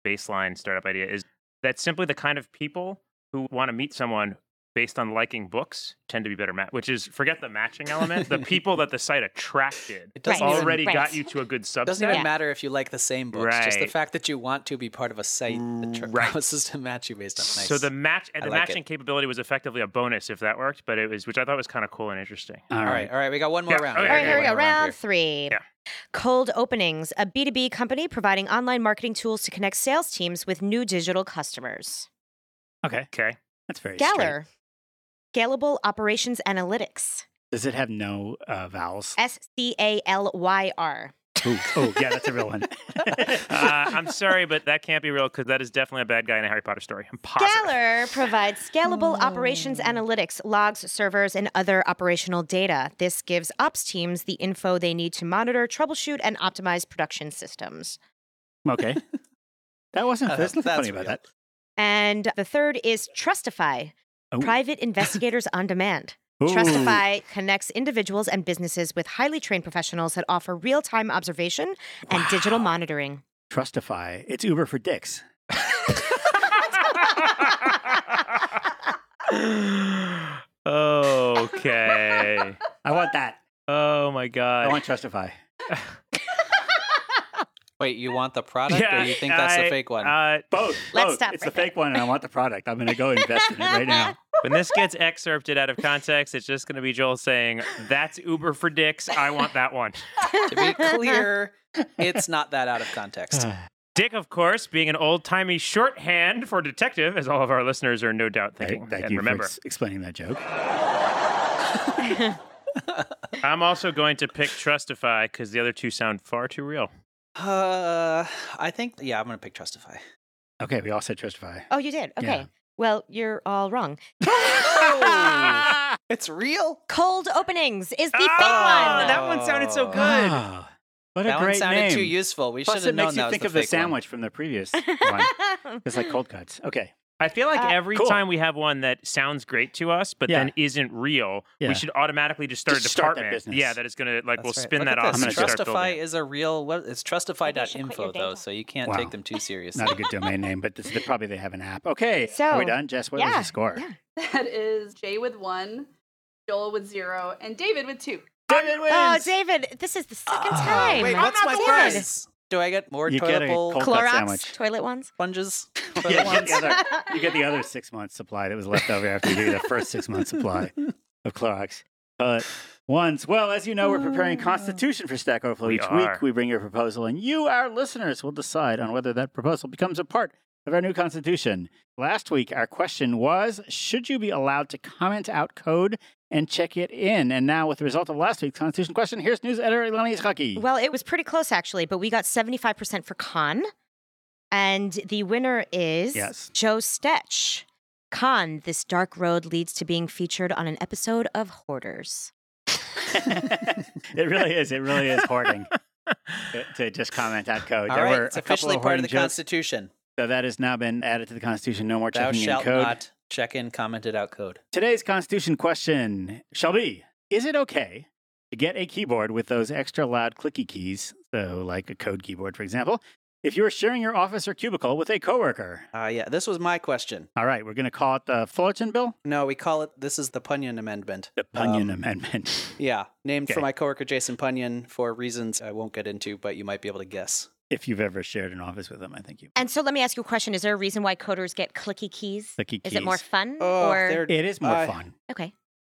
Speaker 1: baseline startup idea is that simply the kind of people who want to meet someone based on liking books tend to be better match. Which is forget the matching element, the people that the site attracted
Speaker 2: It doesn't
Speaker 4: Right.
Speaker 2: even,
Speaker 1: already
Speaker 4: Right.
Speaker 1: got you to a good subset.
Speaker 2: doesn't even
Speaker 4: Yeah.
Speaker 2: matter if you like the same books. Just the
Speaker 1: Right.
Speaker 2: fact that you want to be part of a site that tr-
Speaker 1: Right.
Speaker 2: promises to match you based on nice.
Speaker 1: So the match and
Speaker 2: I
Speaker 1: the
Speaker 2: like it.
Speaker 1: matching capability was effectively a bonus if that worked, but it was which I thought was kind of cool and interesting.
Speaker 3: all
Speaker 2: all
Speaker 3: right.
Speaker 2: right, all right, we got one more
Speaker 1: Yeah,
Speaker 2: round.
Speaker 1: okay,
Speaker 4: All right, here we go.
Speaker 2: one more round
Speaker 4: Round
Speaker 2: here.
Speaker 4: three.
Speaker 1: Yeah.
Speaker 4: Cold Openings, a B2B company providing online marketing tools to connect sales teams with new digital customers.
Speaker 3: Okay,
Speaker 1: Okay.
Speaker 3: that's very straight.
Speaker 4: Galler, Scalable Operations Analytics,
Speaker 3: Does it have no uh, vowels?
Speaker 4: S C A L Y R.
Speaker 3: Ooh, oh, yeah, that's a real one.
Speaker 1: Uh, I'm sorry, but that can't be real because that is definitely a bad guy in a Harry Potter story. I'm positive.
Speaker 4: Galler provides scalable operations
Speaker 3: Hmm.
Speaker 4: analytics, logs, servers, and other operational data. This gives ops teams the info they need to monitor, troubleshoot, and optimize production systems.
Speaker 3: Okay. That wasn't,
Speaker 2: Uh,
Speaker 3: there's nothing
Speaker 2: that's
Speaker 3: funny about
Speaker 2: real.
Speaker 3: that.
Speaker 4: And the third is Trustify,
Speaker 3: Oh.
Speaker 4: private investigators on demand.
Speaker 3: Ooh.
Speaker 4: Trustify connects individuals and businesses with highly trained professionals that offer real time observation and digital monitoring.
Speaker 3: Trustify. It's Uber for dicks.
Speaker 1: okay.
Speaker 3: I want that.
Speaker 1: Oh my god.
Speaker 3: I want Trustify.
Speaker 2: Wait, you want the product or
Speaker 1: Yeah,
Speaker 2: you think that's
Speaker 1: I-
Speaker 2: the fake one?
Speaker 1: uh,
Speaker 3: Both.
Speaker 4: Let's
Speaker 3: both.
Speaker 4: stop
Speaker 3: It's
Speaker 4: right
Speaker 3: the fake one, and I want the product. I'm going to go invest in it right now.
Speaker 1: when this gets excerpted out of context, it's just going to be Joel saying, "That's Uber for dicks. I want that one."
Speaker 2: to be clear, it's not that out of context.
Speaker 1: Dick, of course, being an old timey shorthand for detective, as all of our listeners are no doubt thinking.
Speaker 3: Thank, thank
Speaker 1: and
Speaker 3: you
Speaker 1: remember,
Speaker 3: for ex- explaining that joke.
Speaker 1: I'm also going to pick Trustify because the other two sound far too real.
Speaker 2: Uh, I think yeah, I'm gonna pick Trustify.
Speaker 3: Okay, we all said Trustify.
Speaker 4: Oh, you did? Okay.
Speaker 3: Yeah.
Speaker 4: Well, you're all wrong.
Speaker 2: Oh, it's real.
Speaker 4: Cold openings is the fake
Speaker 1: Ah,
Speaker 4: one.
Speaker 1: That one sounded so good.
Speaker 3: Wow. What a
Speaker 2: That
Speaker 3: great
Speaker 2: one sounded
Speaker 3: name.
Speaker 2: too useful. We should
Speaker 3: Plus,
Speaker 2: have
Speaker 3: it
Speaker 2: known
Speaker 3: makes
Speaker 2: that
Speaker 3: you
Speaker 2: was
Speaker 3: think
Speaker 2: the
Speaker 3: of the
Speaker 2: fake one.
Speaker 3: sandwich from the previous one. It's like cold cuts. Okay.
Speaker 1: I feel like
Speaker 4: Uh,
Speaker 1: every
Speaker 3: cool.
Speaker 1: time we have one that sounds great to us, but
Speaker 3: Yeah.
Speaker 1: then isn't real,
Speaker 3: Yeah.
Speaker 1: we should automatically just start
Speaker 3: Just
Speaker 1: a
Speaker 3: start that
Speaker 1: department.
Speaker 3: business.
Speaker 1: Yeah, that is going to, like,
Speaker 2: That's
Speaker 1: we'll
Speaker 2: right.
Speaker 1: spin
Speaker 2: Look
Speaker 1: that
Speaker 2: at
Speaker 1: off.
Speaker 2: this.
Speaker 1: and
Speaker 3: I'm gonna
Speaker 1: start building
Speaker 2: Trustify
Speaker 1: it.
Speaker 2: is a real. What, it's
Speaker 4: Maybe you should quit your
Speaker 2: Trustify.info
Speaker 4: data.
Speaker 2: though, so you can't
Speaker 3: Wow.
Speaker 2: take them too seriously.
Speaker 3: Not a good domain name, but this, probably they have an app. Okay. Are we
Speaker 4: So,
Speaker 3: done? Jess, what was
Speaker 4: yeah,
Speaker 3: the score?
Speaker 4: yeah.
Speaker 5: That is Jay with one, Joel with zero, and David with two.
Speaker 3: David wins.
Speaker 4: oh, David, this is the second time.
Speaker 2: Ah, Wait,
Speaker 4: I'm
Speaker 2: what's
Speaker 4: not
Speaker 2: my
Speaker 4: the one.
Speaker 2: prize? Do I get more
Speaker 3: You get a
Speaker 2: toilet
Speaker 3: cold-
Speaker 2: bowl
Speaker 3: Cold cut
Speaker 4: Clorox
Speaker 3: sandwich.
Speaker 4: toilet ones.
Speaker 2: sponges?
Speaker 3: Yeah, you, get
Speaker 2: ones?
Speaker 3: the other, you get the other six months supply that was left over after you gave you the first six months supply of Clorox. But once, well, as you know, we're preparing Constitution for Stack Overflow
Speaker 1: We
Speaker 3: each
Speaker 1: are.
Speaker 3: week. We bring your proposal, and you, our listeners, will decide on whether that proposal becomes a part of our new Constitution. Last week, our question was Should you be allowed to comment out code and check it in? And now, with the result of last week's Constitution question, here's news editor Eleni Iskaki.
Speaker 4: Well, it was pretty close actually, but we got 75% for Con. And the winner is
Speaker 3: Yes.
Speaker 4: Joe Stetch. Con, this dark road leads to being featured on an episode of Hoarders.
Speaker 3: it really is. It really is hoarding to, to just comment out code.
Speaker 2: All
Speaker 3: There
Speaker 2: right,
Speaker 3: were
Speaker 2: it's
Speaker 3: a couple
Speaker 2: officially part
Speaker 3: hoarding
Speaker 2: of the
Speaker 3: jokes.
Speaker 2: Constitution.
Speaker 3: So that has now been added to the Constitution. No more
Speaker 2: Thou
Speaker 3: checking in
Speaker 2: shalt
Speaker 3: code.
Speaker 2: not check in commented out code.
Speaker 3: Today's Constitution question shall be Is it okay to get a keyboard with those extra loud clicky keys? So, like a code keyboard, for example, if you were sharing your office or cubicle with a coworker?
Speaker 2: Uh, yeah, this was my question.
Speaker 3: All right, we're going to call it the Fullerton Bill,
Speaker 2: No, we call it this is the Punyon Amendment.
Speaker 3: the Punyon
Speaker 2: Um,
Speaker 3: Amendment.
Speaker 2: Yeah, named for
Speaker 3: Okay.
Speaker 2: my coworker Jason Punyon for reasons I won't get into, but you might be able to guess.
Speaker 3: If you've ever shared an office with them, I think you.
Speaker 4: And so let me ask you a question. Is there a reason why coders get clicky keys?
Speaker 3: Clicky
Speaker 4: Is it more
Speaker 3: keys.
Speaker 4: fun?
Speaker 2: Oh,
Speaker 4: Mm, or
Speaker 2: they're-
Speaker 3: It is more
Speaker 2: I-
Speaker 3: fun.
Speaker 4: okay.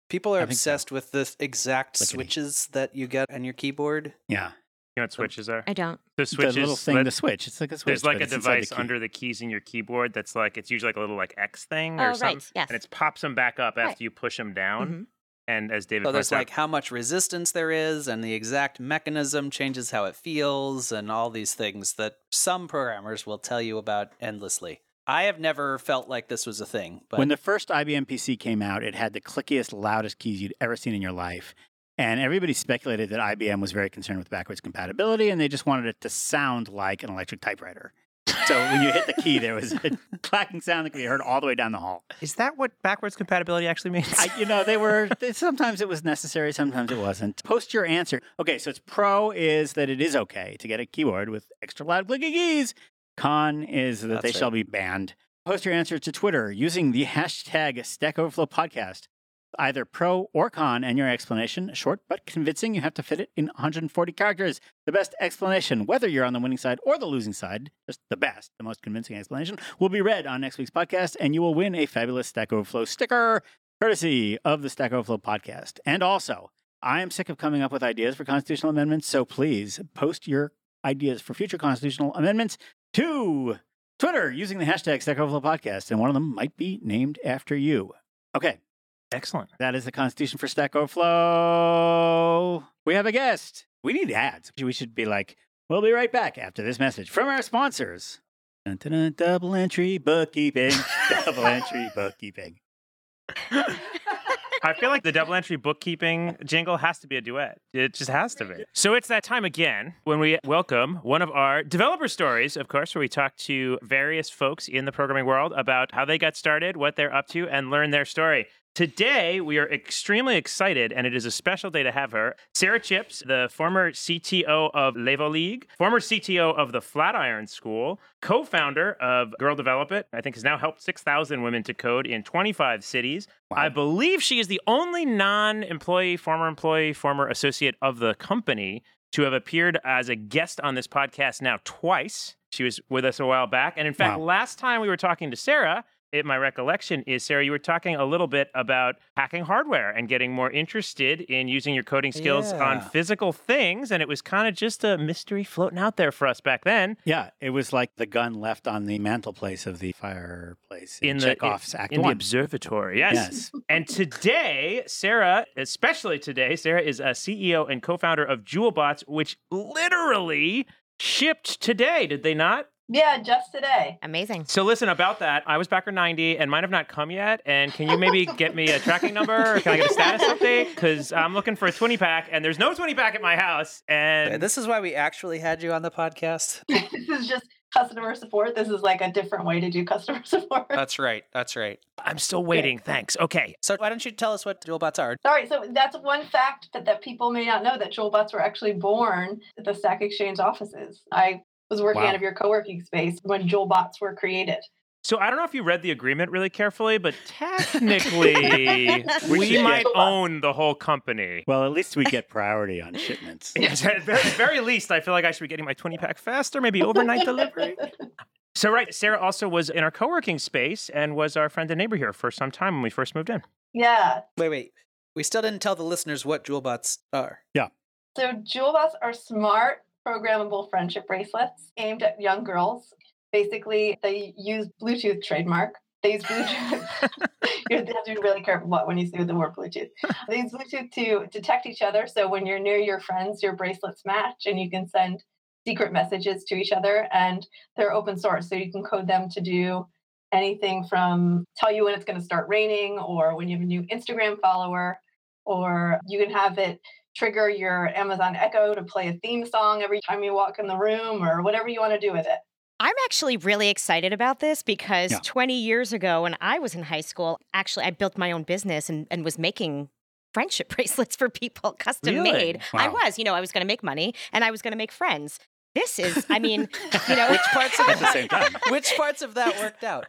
Speaker 2: People are
Speaker 3: I think so.
Speaker 2: obsessed with the exact
Speaker 3: Clickety.
Speaker 2: switches that you get on your keyboard.
Speaker 3: Yeah,
Speaker 1: know what switches are?
Speaker 4: I don't.
Speaker 1: The switches.
Speaker 3: the little thing,
Speaker 1: let-
Speaker 3: the switch. It's like a switch.
Speaker 1: there's like
Speaker 3: but
Speaker 1: a
Speaker 3: it's inside
Speaker 1: device
Speaker 3: the key.
Speaker 1: under the keys in your keyboard that's like it's usually like a little like X thing or
Speaker 4: Oh,
Speaker 1: something,
Speaker 4: right, yes.
Speaker 1: and it pops them back up after
Speaker 4: Right.
Speaker 1: you push them down.
Speaker 4: Mhm.
Speaker 1: And as David
Speaker 2: So
Speaker 1: points
Speaker 2: there's
Speaker 1: out,
Speaker 2: like how much resistance there is, and the exact mechanism changes how it feels, and all these things that some programmers will tell you about endlessly. I have never felt like this was a thing, but
Speaker 3: When the first IBM PC came out, it had the clickiest, loudest keys you'd ever seen in your life. And everybody speculated that IBM was very concerned with backwards compatibility and they just wanted it to sound like an electric typewriter. So when you hit the key, there was a clacking sound that could be heard all the way down the hall.
Speaker 6: Is that what backwards compatibility actually means?
Speaker 3: I, you know, they were, they- sometimes it was necessary, sometimes it wasn't. Post your answer. Okay, so it's pro is that it is okay to get a keyboard with extra loud clicky keys. Con is that
Speaker 2: That's
Speaker 3: they
Speaker 2: right.
Speaker 3: shall be banned. Post your answer to Twitter using the hashtag Stack Overflow Podcast. Either pro or con, and your explanation, short but convincing, you have to fit it in 140 characters. The best explanation, whether you're on the winning side or the losing side, just the best, the most convincing explanation, will be read on next week's podcast, and you will win a fabulous Stack Overflow sticker courtesy of the Stack Overflow podcast. And also, I am sick of coming up with ideas for constitutional amendments, so please post your ideas for future constitutional amendments to Twitter using the hashtag Stack Overflow podcast, and one of them might be named after you. Okay,
Speaker 1: excellent.
Speaker 3: that is the Constitution for Stack Overflow. We have a guest. We need ads. We should be like, we'll be right back after this message from our sponsors. Dun, dun, dun, double entry bookkeeping. double entry bookkeeping.
Speaker 1: I feel like the double entry bookkeeping jingle has to be a duet. It just has to be. So it's that time again when we welcome one of our developer stories, of course, where we talk to various folks in the programming world about how they got started, what they're up to, and learn their story. Today, we are extremely excited, and it is a special day to have her. Sarah Chips, the former CTO of Levo League, former CTO of the Flatiron School, co founder of Girl Develop It, I think has now helped 6,000 women to code in 25 cities. I believe she is the only non employee, former employee, former associate of the company to have appeared as a guest on this podcast now twice. She was with us a while back. And in fact,
Speaker 3: Wow.
Speaker 1: last time we were talking to Sarah, it, my recollection is, Sarah, you were talking a little bit about hacking hardware and getting more interested in using your coding skills on
Speaker 2: Yeah.
Speaker 1: physical things. And it was kind of just a mystery floating out there for us back then.
Speaker 3: Yeah, it was like the gun left on the mantelpiece of the fireplace in,
Speaker 1: In the-
Speaker 3: Chekhov's Act
Speaker 1: In the
Speaker 3: One.
Speaker 1: observatory, yes.
Speaker 3: yes,
Speaker 1: And today, Sarah, especially today, Sarah is a CEO and co-founder of JewelBots, which literally shipped today, did they not?
Speaker 5: Yeah, just today.
Speaker 4: Amazing.
Speaker 1: So listen, about that, I was backer 90 and mine have not come yet. And can you maybe get me a tracking number or can I get a status update? Because I'm looking for a 20 pack and there's no 20 pack at my house. And
Speaker 2: this is why we actually had you on the podcast.
Speaker 5: this is just customer support. This is like a different way to do customer support.
Speaker 2: That's right. That's right.
Speaker 1: I'm still waiting. Thanks. Okay.
Speaker 2: So why don't you tell us what dualbots are?
Speaker 5: All right, so that's one fact that, that people may not know that Joel Butts were actually born at the Stack Exchange offices. I was working
Speaker 3: Wow.
Speaker 5: out of your co-working space when Joel Bots were created.
Speaker 1: So I don't know if you read the agreement really carefully, but technically
Speaker 3: We
Speaker 1: we
Speaker 3: should
Speaker 1: might
Speaker 5: get-
Speaker 1: own the whole company.
Speaker 3: Well, at least we get priority on shipments.
Speaker 1: Yes, at the very, very least, I feel like I should be getting my 20 pack faster, maybe overnight delivery. So, right, Sarah also was in our co working space and was our friend and neighbor here for some time when we first moved in.
Speaker 5: Yeah.
Speaker 2: Wait, wait. We still didn't tell the listeners what dualbots are.
Speaker 5: So Jewel Bots are smart, programmable friendship bracelets aimed at young girls. Basically, they use Bluetooth trademark. They use Bluetooth. you have to be really careful what when you say the word Bluetooth. They use Bluetooth to detect each other. So when you're near your friends, your bracelets match, and you can send secret messages to each other. And they're open source, so you can code them to do anything from tell you when it's going to start raining, or when you have a new Instagram follower, or you can have it trigger your Amazon Echo to play a theme song every time you walk in the room or whatever you want to do with it.
Speaker 4: I'm actually really excited about this because
Speaker 3: Yeah.
Speaker 4: 20 years ago, when I was in high school, actually, I built my own business and, and was making friendship bracelets for people custom
Speaker 1: Really?
Speaker 4: made. I
Speaker 3: Wow.
Speaker 4: was, you know, I was going to make money and I was going to make friends. This is, I mean, you know,
Speaker 2: Which parts of
Speaker 3: at the same time.
Speaker 2: Which parts of that worked out?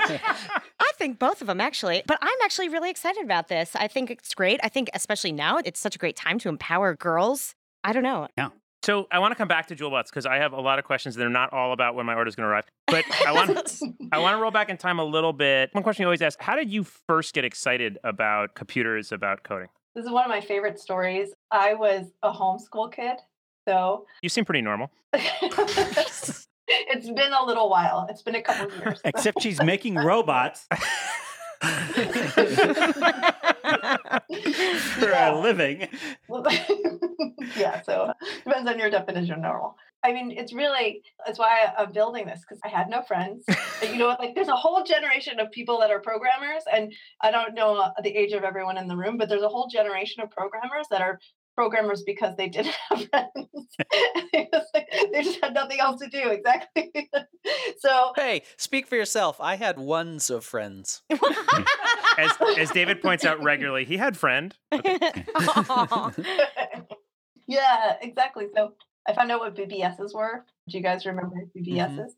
Speaker 4: I think both of them actually, but I'm actually really excited about this. I think it's great. I think especially now, it's such a great time to empower girls. I don't know.
Speaker 1: So I want to come back to Jewelbots because I have a lot of questions that are not all about when my order's going to arrive. But I want I want to roll back in time a little bit. One question you always ask: How did you first get excited about computers, about coding?
Speaker 5: This is one of my favorite stories. I was a homeschool kid, so
Speaker 1: You seem pretty normal.
Speaker 5: it's been a little while. It's been a couple of years.
Speaker 7: Except she's making robots for a living.
Speaker 5: yeah, so depends on your definition of normal. I mean, it's really that's why I- I'm building this because I had no friends. But you know, like there's a whole generation of people that are programmers, and I don't know uh, the age of everyone in the room, but there's a whole generation of programmers that are programmers because they didn't have friends. It was like, they just had nothing else to do. Exactly. so
Speaker 2: Hey, speak for yourself. I had ones of friends.
Speaker 1: As as David points out regularly, he had friend.
Speaker 4: Aw.
Speaker 5: yeah, exactly. So I found out what BBSs were. Do you guys remember BBSs?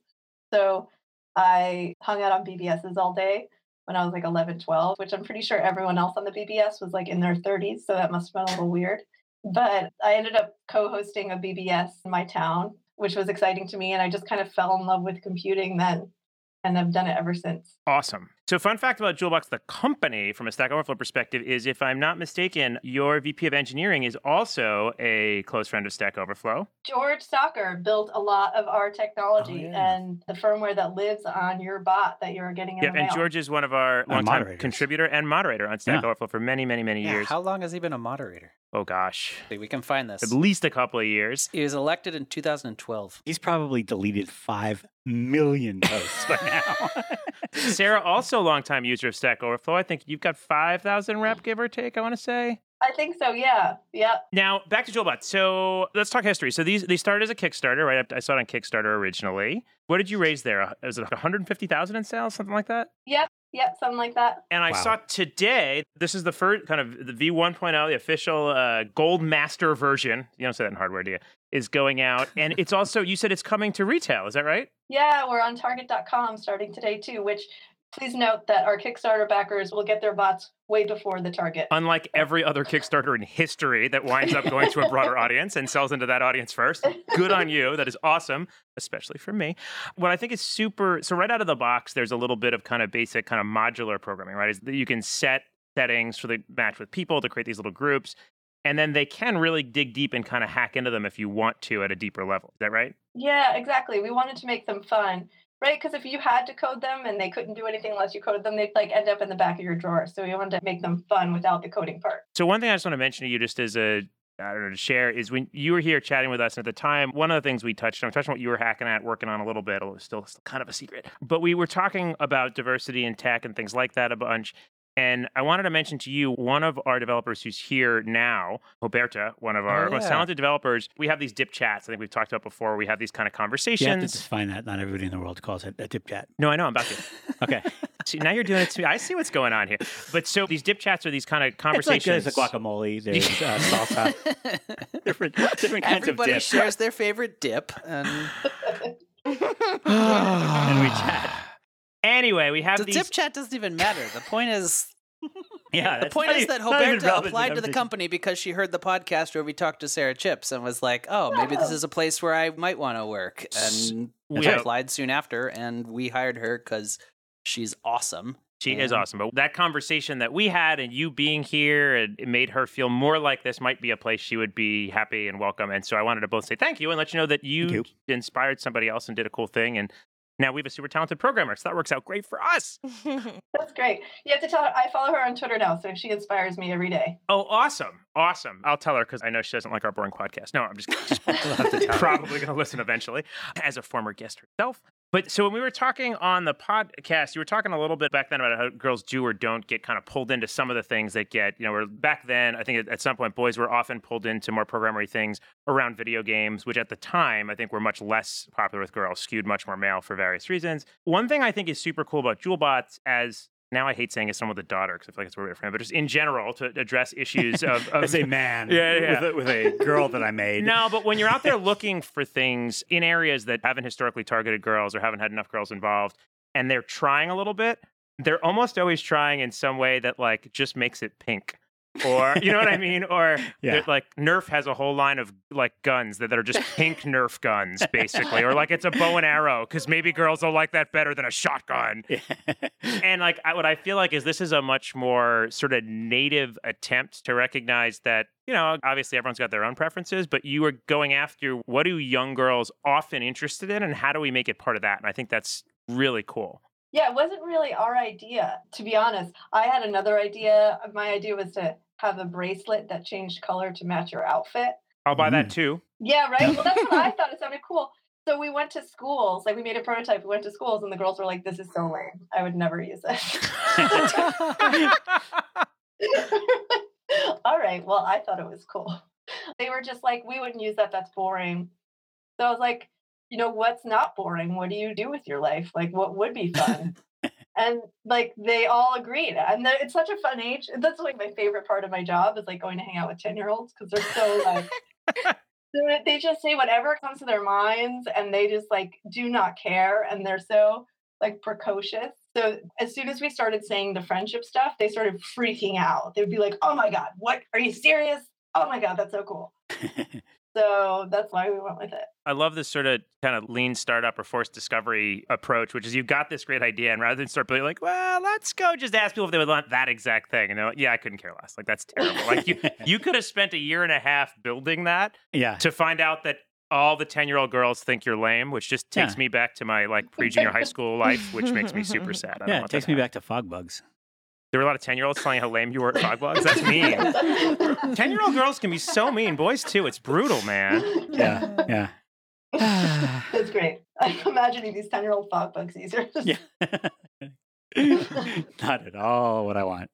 Speaker 5: So I hung out on BBSs all day when I was like 11, 12, which I'm pretty sure everyone else on the BBS was like in their 30s. So that must have been a little weird. But I ended up co hosting a BBS in my town, which was exciting to me. And I just kind of fell in love with computing then. And I've done it ever since.
Speaker 1: Awesome. So, fun fact about Jewelbox, the company, from a Stack Overflow perspective, is if I'm not mistaken, your VP of engineering is also a close friend of Stack Overflow.
Speaker 5: George Stocker built a lot of
Speaker 1: Oh,
Speaker 5: our technology
Speaker 7: yeah.
Speaker 5: and the firmware that lives on your bot that you're getting in
Speaker 1: Yeah,
Speaker 5: the
Speaker 1: and
Speaker 5: mail.
Speaker 1: George is one of our longtime
Speaker 7: moderators.
Speaker 1: contributor and moderator on Stack
Speaker 3: Yeah.
Speaker 1: Overflow for many, many, many
Speaker 2: Yeah,
Speaker 1: years.
Speaker 2: how long has he been a moderator?
Speaker 1: Oh gosh,
Speaker 2: See, we can find this.
Speaker 1: at least a couple of years.
Speaker 2: He was elected in 2012.
Speaker 3: He's probably deleted five million posts by now.
Speaker 1: Sarah, also a longtime user of Stack Overflow. I think you've got 5,000 rep, give or take, I want to say.
Speaker 5: I think so. Yeah. Yeah.
Speaker 1: Now, back to Jewelbot. So let's talk history. So these they started as a Kickstarter, right? I saw it on Kickstarter originally. What did you raise there? Was it 150,000 in sales, something like that?
Speaker 5: Yep. Something like that.
Speaker 1: And I
Speaker 3: Wow.
Speaker 1: saw today, this is the first kind of the V1.0, oh, the official uh, Gold Master version. You don't say that in hardware, do you? Is going out. And it's also, you said it's coming to retail. Is that right?
Speaker 5: Yeah. We're on target.com starting today, too, which please note that our Kickstarter backers will get their bots way before the target.
Speaker 1: Unlike every other Kickstarter in history that winds up going to a broader audience and sells into that audience first. Good on you. That is awesome, especially for me. What I think is super so, right out of the box, there's a little bit of kind of basic, kind of modular programming, right? Is that you can set settings for the match with people to create these little groups. And then they can really dig deep and kind of hack into them if you want to at a deeper level. Is that right?
Speaker 5: Yeah, exactly. We wanted to make them fun, right? Because if you had to code them and they couldn't do anything unless you coded them, they'd like end up in the back of your drawer. So we wanted to make them fun without the coding part.
Speaker 1: So one thing I just want to mention to you, just as a I don't know to share, is when you were here chatting with us, and at the time, one of the things we touched on, touching what you were hacking at, working on a little bit, it was still still kind of a secret, but we were talking about diversity in tech and things like that a bunch. And I wanted to mention to you one of our developers who's here now, Roberta, one of our
Speaker 2: Oh,
Speaker 1: most
Speaker 2: yeah.
Speaker 1: talented developers. We have these dip chats. I think we've talked about before. We have these kind of
Speaker 3: you have to
Speaker 1: conversations.
Speaker 3: define that. Not everybody in the world calls it a dip chat.
Speaker 1: No, I know I'm about to.
Speaker 3: Okay.
Speaker 1: See, now you're doing it to me. I see what's going on here. But so these dip chats are these kind of
Speaker 3: It's like
Speaker 1: conversations.
Speaker 3: there's a guacamole, there's uh, salsa, different, different kinds
Speaker 2: Everybody
Speaker 3: of dip.
Speaker 2: shares their favorite dip, and
Speaker 3: and we chat.
Speaker 1: Anyway, we have
Speaker 2: the
Speaker 1: these
Speaker 2: dip chat doesn't even matter. The point is,
Speaker 3: Yeah.
Speaker 2: the
Speaker 3: that's
Speaker 2: point
Speaker 3: not
Speaker 2: is
Speaker 3: even-
Speaker 2: that
Speaker 3: not even
Speaker 2: Roberta
Speaker 3: relevant
Speaker 2: applied to the
Speaker 3: conversation.
Speaker 2: company because she heard the podcast where we talked to Sarah Chips and was like, "Oh, maybe this is a place where I might want to work." And
Speaker 1: we
Speaker 2: she
Speaker 1: have-
Speaker 2: applied soon after, and we hired her because she's awesome.
Speaker 1: She is
Speaker 2: Yeah.
Speaker 1: awesome. But that conversation that we had and you being here and it made her feel more like this might be a place she would be happy and welcome. And so I wanted to both say thank you and let you know that you,
Speaker 3: Thank
Speaker 1: inspired somebody else and did a cool thing. And now we have a super talented programmer. So that works out great for us.
Speaker 5: That's great. You have to tell her I follow her on Twitter now, so she inspires me every day.
Speaker 1: Oh, awesome. Awesome. I'll tell her because I know she doesn't like our boring podcast. No, I'm just, just probably going to listen eventually as a former guest herself. But so when we were talking on the podcast, you were talking a little bit back then about how girls do or don't get kind of pulled into some of the things that get, you know, where back then, I think at- at some point, boys were often pulled into more programmery things around video games, which at the time I think were much less popular with girls, skewed much more male for various reasons. One thing I think is super cool about Jewelbots as Now I hate saying as someone with a daughter because I feel like it's weird for him. But just in general, to address issues of, of
Speaker 7: As a man,
Speaker 1: Yeah, yeah.
Speaker 7: With, a, with a girl that I made.
Speaker 1: No, but when you're out there looking for things in areas that haven't historically targeted girls or haven't had enough girls involved, and they're trying a little bit, they're almost always trying in some way that like just makes it pink. or you know what I mean? Or
Speaker 7: Yeah.
Speaker 1: they're- like Nerf has a whole line of like guns that, that are just pink Nerf guns, basically. or like it's a bow and arrow, because maybe girls will like that better than a shotgun and like I, what I feel like is this is a much more sort of native attempt to recognize that you know obviously everyone's got their own preferences, but you are going after what do young girls often interested in, and how do we make it part of that? And I think that's really cool.
Speaker 5: Yeah, it wasn't really our idea, to be honest. I had another idea. uh, My idea was to have a bracelet that changed color to match your outfit.
Speaker 1: I'll buy that too.
Speaker 5: Yeah, right. Well, that's what I thought. It sounded cool. So we went to schools, like we made a prototype. We went to schools, and the girls were like, "This is so lame. I would never use it." All right. Well, I thought it was cool. They were just like, "We wouldn't use that. That's boring." So I was like, "You know what's not boring? What do you do with your life? Like, what would be fun?" and like they all agreed and they're- it's such a fun age that's like my favorite part of my job is like going to hang out with 10 year olds because they're so like they- they just say whatever comes to their minds and they just like do not care and they're so like precocious so as soon as we started saying the friendship stuff they started freaking out they'd be like oh my god what are you serious oh my god that's so cool so that's why we went with it
Speaker 1: I love this sort of kind of lean startup or forced discovery approach, which is you've got this great idea, and rather than start being like, well, let's go just ask people if they would want that exact thing. And they're like, yeah, I couldn't care less. Like, that's terrible. Like, you, you could have spent a year and a half building that,
Speaker 3: yeah.
Speaker 1: to find out that all the 10 year old girls think you're lame, which just takes
Speaker 3: Yeah.
Speaker 1: me back to my like pre junior high school life, which makes me super sad. I don't
Speaker 3: Yeah, it
Speaker 1: want
Speaker 3: takes
Speaker 1: that
Speaker 3: me
Speaker 1: to happen.
Speaker 3: back to fog bugs.
Speaker 1: There were a lot of 10 year olds telling you how lame you were at Fog
Speaker 3: Oh,
Speaker 1: Blogs. That's mean. 10 year old girls can be so mean. Boys, too. It's brutal, man.
Speaker 3: Yeah, yeah.
Speaker 5: that's great i'm imagining these 10 year old fog bugs users
Speaker 3: Yeah. Not at all what I want.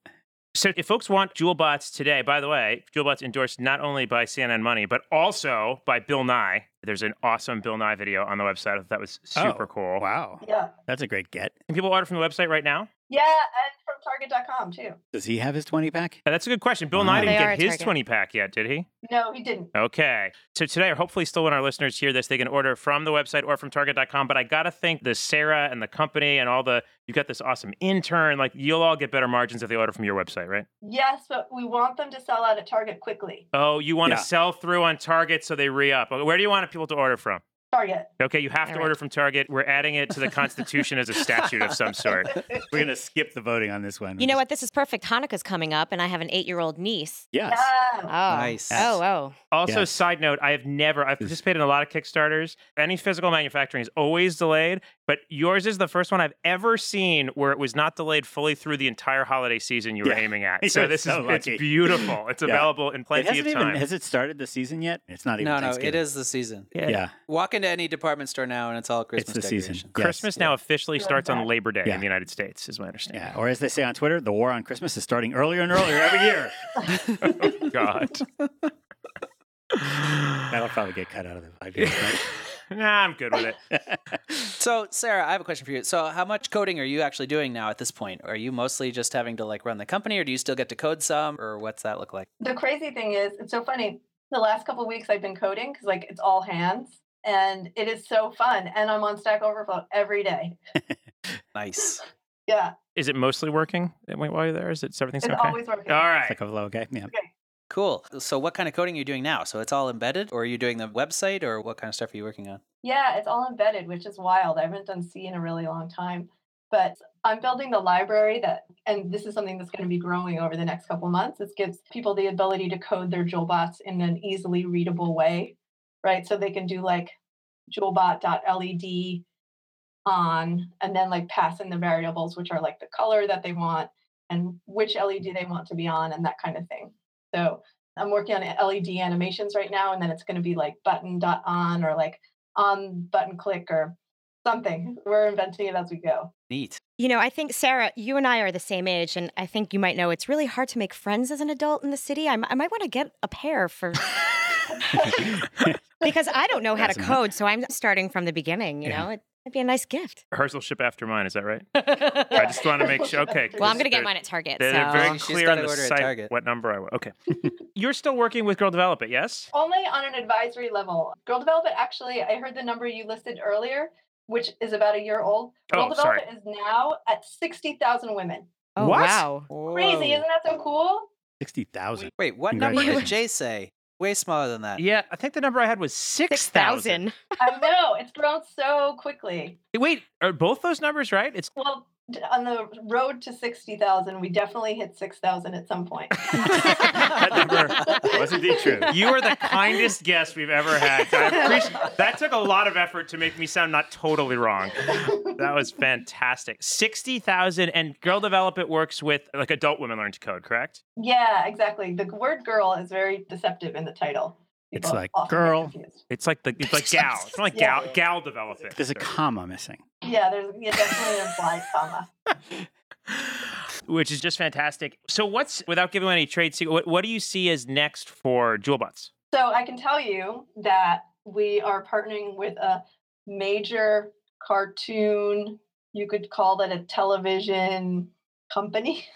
Speaker 1: So, if folks want JewelBots today, by the way, JewelBots endorsed not only by CNN Money, but also by Bill Nye. There's an awesome Bill Nye video on the website. I thought that was super
Speaker 3: Oh,
Speaker 1: cool.
Speaker 3: Wow.
Speaker 5: yeah
Speaker 3: That's a great get.
Speaker 1: Can people order from the website right now?
Speaker 5: yeah and from target.com too
Speaker 3: Does he have his 20 pack?
Speaker 1: Uh, That's a good question. Bill
Speaker 3: Wow.
Speaker 1: Nye
Speaker 4: They
Speaker 1: didn't
Speaker 4: are
Speaker 1: get
Speaker 4: at
Speaker 1: his
Speaker 4: Target.
Speaker 1: 20 pack yet, did he?
Speaker 5: no he didn't
Speaker 1: Okay. So today, or hopefully still when our listeners hear this, they can order from the website or from Target.com. But I got to thank the Sarah and the company and all the, you've got this awesome intern. Like, you'll all get better margins if they order from your website, right?
Speaker 5: yes but we want them to sell out at target quickly
Speaker 1: Oh, you want to
Speaker 3: Yeah.
Speaker 1: sell through on Target so they re up. Where do you want people to order from?
Speaker 5: target
Speaker 1: Okay, you have to
Speaker 4: All right.
Speaker 1: order from Target. We're adding it to the Constitution as a statute of some sort.
Speaker 3: We're going to skip the voting on this one.
Speaker 4: You know what? This is perfect. Hanukkah's coming up, and I have an eight-year-old niece.
Speaker 3: Yes.
Speaker 2: Uh,
Speaker 4: Oh,
Speaker 5: yeah.
Speaker 2: Nice.
Speaker 4: Oh, oh.
Speaker 1: Also,
Speaker 3: Yes.
Speaker 1: side note, I have never, I've participated in a lot of Kickstarters. Any physical manufacturing is always delayed, but yours is the first one I've ever seen where it was not delayed fully through the entire holiday season you were
Speaker 3: Yeah.
Speaker 1: aiming at.
Speaker 3: You're
Speaker 1: So this
Speaker 3: so
Speaker 1: is,
Speaker 3: lucky.
Speaker 1: it's beautiful. It's
Speaker 3: Yeah.
Speaker 1: available in
Speaker 3: It
Speaker 1: plenty of
Speaker 3: hasn't even,
Speaker 1: time.
Speaker 3: has it started the season yet? It's not even
Speaker 2: No, no, it
Speaker 3: Thanksgiving.
Speaker 2: is the season.
Speaker 3: Yeah.
Speaker 2: Walk into any department store now, and it's all Christmas
Speaker 3: it's the
Speaker 2: decoration.
Speaker 3: season. Yes.
Speaker 1: Christmas now officially
Speaker 5: Yeah.
Speaker 1: starts on Labor Day
Speaker 3: Yeah.
Speaker 1: in the United States, is my understanding.
Speaker 3: Yeah. Or as they say on Twitter, the war on Christmas is starting earlier and earlier every year. Oh,
Speaker 1: God.
Speaker 3: That'll probably get cut out of the five years.
Speaker 1: nah, I'm good with it.
Speaker 2: So, Sarah, I have a question for you. So, how much coding are you actually doing now at this point? Are you mostly just having to like run the company, or do you still get to code some, or what's that look like?
Speaker 5: the crazy thing is it's so funny the last couple of weeks i've been coding because like it's all hands and it is so fun and i'm on stack overflow every day
Speaker 2: Nice.
Speaker 5: yeah
Speaker 1: Is it mostly working while you're there? Is it is everything's
Speaker 5: it's
Speaker 1: okay?
Speaker 5: always working
Speaker 1: All right.
Speaker 3: It's like a low, okay? Yeah.
Speaker 2: Cool. So, what kind of coding are you doing now? So, it's all embedded, or are you doing the website, or what kind of stuff are you working on?
Speaker 5: yeah it's all embedded which is wild i haven't done c in a really long time but i'm building the library that and this is something that's going to be growing over the next couple months this gives people the ability to code their jewelbots in an easily readable way right so they can do like jewelbot.led E on and then like pass in the variables which are like the color that they want and which led they want to be on and that kind of thing so i'm working on led animations right now and then it's going to be like button.on or like on um, button click or something we're inventing it as we go
Speaker 2: Neat.
Speaker 4: You know, I think Sarah, you and I are the same age, and I think you might know it's really hard to make friends as an adult in the city. I, m- I might want to get a pair for because I don't know how to
Speaker 3: That's a-
Speaker 4: code, so I'm starting from the beginning. You
Speaker 3: Yeah.
Speaker 4: know, it, That'd be a nice gift.
Speaker 1: Herschel ship after mine. Is that right? I just want to make sure. Okay.
Speaker 4: Well, I'm gonna get
Speaker 1: there's-
Speaker 4: mine at Target.
Speaker 1: They're, they're
Speaker 4: so
Speaker 1: very
Speaker 2: She's
Speaker 1: clear on
Speaker 2: gotta
Speaker 1: the
Speaker 2: order at
Speaker 1: site
Speaker 2: Target.
Speaker 1: what number I want. Okay. You're still working with Girl Develop It, yes?
Speaker 5: Only on an advisory level. Girl Development, actually, I heard the number you listed earlier, which is about a year old. Girl
Speaker 1: Oh, sorry.
Speaker 5: Development is now at 60,000 women.
Speaker 4: oh
Speaker 1: What?
Speaker 4: wow.
Speaker 5: Crazy,
Speaker 2: Whoa.
Speaker 5: isn't that so cool?
Speaker 3: Sixty thousand.
Speaker 2: Wait, what number did
Speaker 3: Congratulations.
Speaker 2: Jay say? Way smaller than that.
Speaker 1: Yeah, I think the number I had was
Speaker 4: Six
Speaker 1: 6,000.
Speaker 4: thousand.
Speaker 5: I know, it's grown so quickly.
Speaker 1: Wait, are both those numbers right? It's
Speaker 5: Well, d- on the road to 60,000, we definitely hit 6,000 at some point.
Speaker 1: That number
Speaker 7: was indeed true.
Speaker 1: You are the kindest guest we've ever had. I appreciate- that took a lot of effort to make me sound not totally wrong. That was fantastic. 60,000 and Girl Develop It works with like adult women learn to code, correct?
Speaker 5: Yeah, exactly. The word girl is very deceptive in the title.
Speaker 3: It's
Speaker 5: People
Speaker 3: like,
Speaker 5: often get
Speaker 3: "Girl."
Speaker 5: confused.
Speaker 1: It's like the it's like gal. It's not like gal gal develop it.
Speaker 3: There's a comma missing.
Speaker 5: Yeah, there's yeah, definitely a blind comma.
Speaker 1: which is just fantastic. So what's without giving away any trade secret, what, what do you see as next for Jewelbots?
Speaker 5: So I can tell you that we are partnering with a major cartoon, you could call that a television company.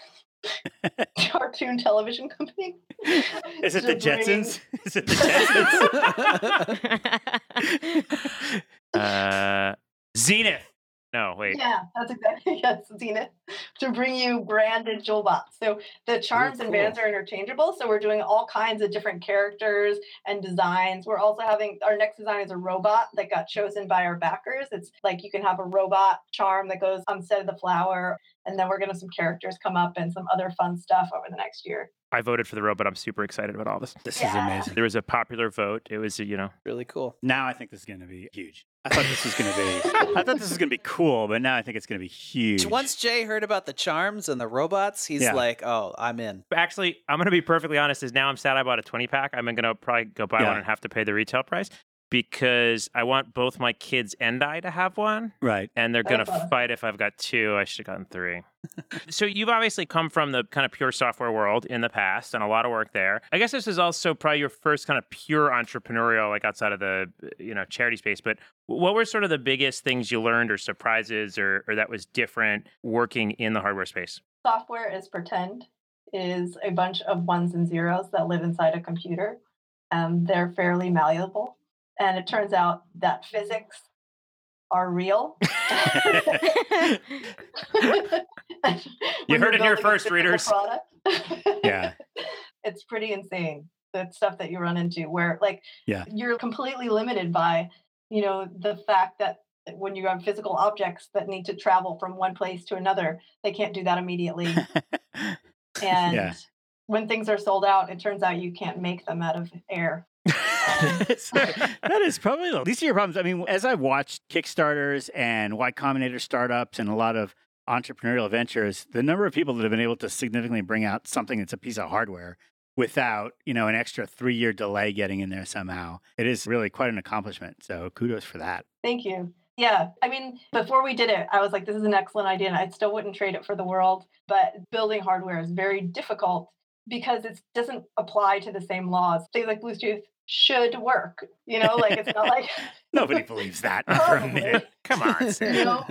Speaker 5: cartoon television company.
Speaker 7: Is it the
Speaker 5: To bring-
Speaker 7: Jetsons? Is it the Jetsons?
Speaker 1: Uh Zenith. No, wait.
Speaker 5: Yeah, that's exactly yes, Zenith. To bring you branded jewel bots. So the charms and bands are interchangeable. So we're doing all kinds of different characters and designs. We're also having our next design is a robot that got chosen by our backers. It's like you can have a robot charm that goes on set of the flower, and then we're gonna have some characters come up and some other fun stuff over the next year.
Speaker 1: I voted for the robot. I'm super excited about all this.
Speaker 3: This is
Speaker 5: Yeah.
Speaker 3: amazing.
Speaker 1: There was a popular vote. It was, you know,
Speaker 2: Really cool.
Speaker 3: Now I think this is going to be huge. I thought this was going to be. I thought this was going to be cool, but now I think it's going to be huge.
Speaker 2: Once Jay heard about the charms and the robots, he's
Speaker 3: Yeah.
Speaker 2: like, "Oh, I'm in."
Speaker 1: actually, I'm going to be perfectly honest. Is now I'm sad I bought a 20 pack. I'm going to probably go buy
Speaker 3: Yeah.
Speaker 1: one and have to pay the retail price because I want both my kids and I to have one.
Speaker 3: right.
Speaker 1: And they're going to
Speaker 5: Uh-huh.
Speaker 1: fight if I've got two. I should have gotten three. so you've obviously come from the kind of pure software world in the past and a lot of work there. I guess this is also probably your first kind of pure entrepreneurial, like outside of the, you know, charity space. But what were sort of the biggest things you learned or surprises or, or that was different working in the hardware space?
Speaker 5: software is pretend is a bunch of ones and zeros that live inside a computer and they're fairly malleable and it turns out that physics are real
Speaker 1: You
Speaker 5: you
Speaker 1: heard it here first, readers.
Speaker 3: Yeah.
Speaker 5: it's pretty insane the stuff that you run into where like
Speaker 3: Yeah.
Speaker 5: you're completely limited by you know the fact that when you have physical objects that need to travel from one place to another they can't do that immediately and
Speaker 3: Yeah.
Speaker 5: when things are sold out, it turns out you can't make them out of air.
Speaker 3: that is probably the least of your problems. I mean, as I watched Kickstarters and Y Combinator startups and a lot of entrepreneurial ventures, the number of people that have been able to significantly bring out something that's a piece of hardware without, you know, an extra three year delay getting in there somehow, it is really quite an accomplishment. So kudos for that.
Speaker 5: Thank you. Yeah. I mean, before we did it, I was like, this is an excellent idea. And I still wouldn't trade it for the world. But building hardware is very difficult because it doesn't apply to the same laws. Things like Bluetooth should work. You know, like it's not like
Speaker 3: Nobody believes that for a
Speaker 5: Probably.
Speaker 3: minute.
Speaker 1: Come on, Sam.
Speaker 5: you know.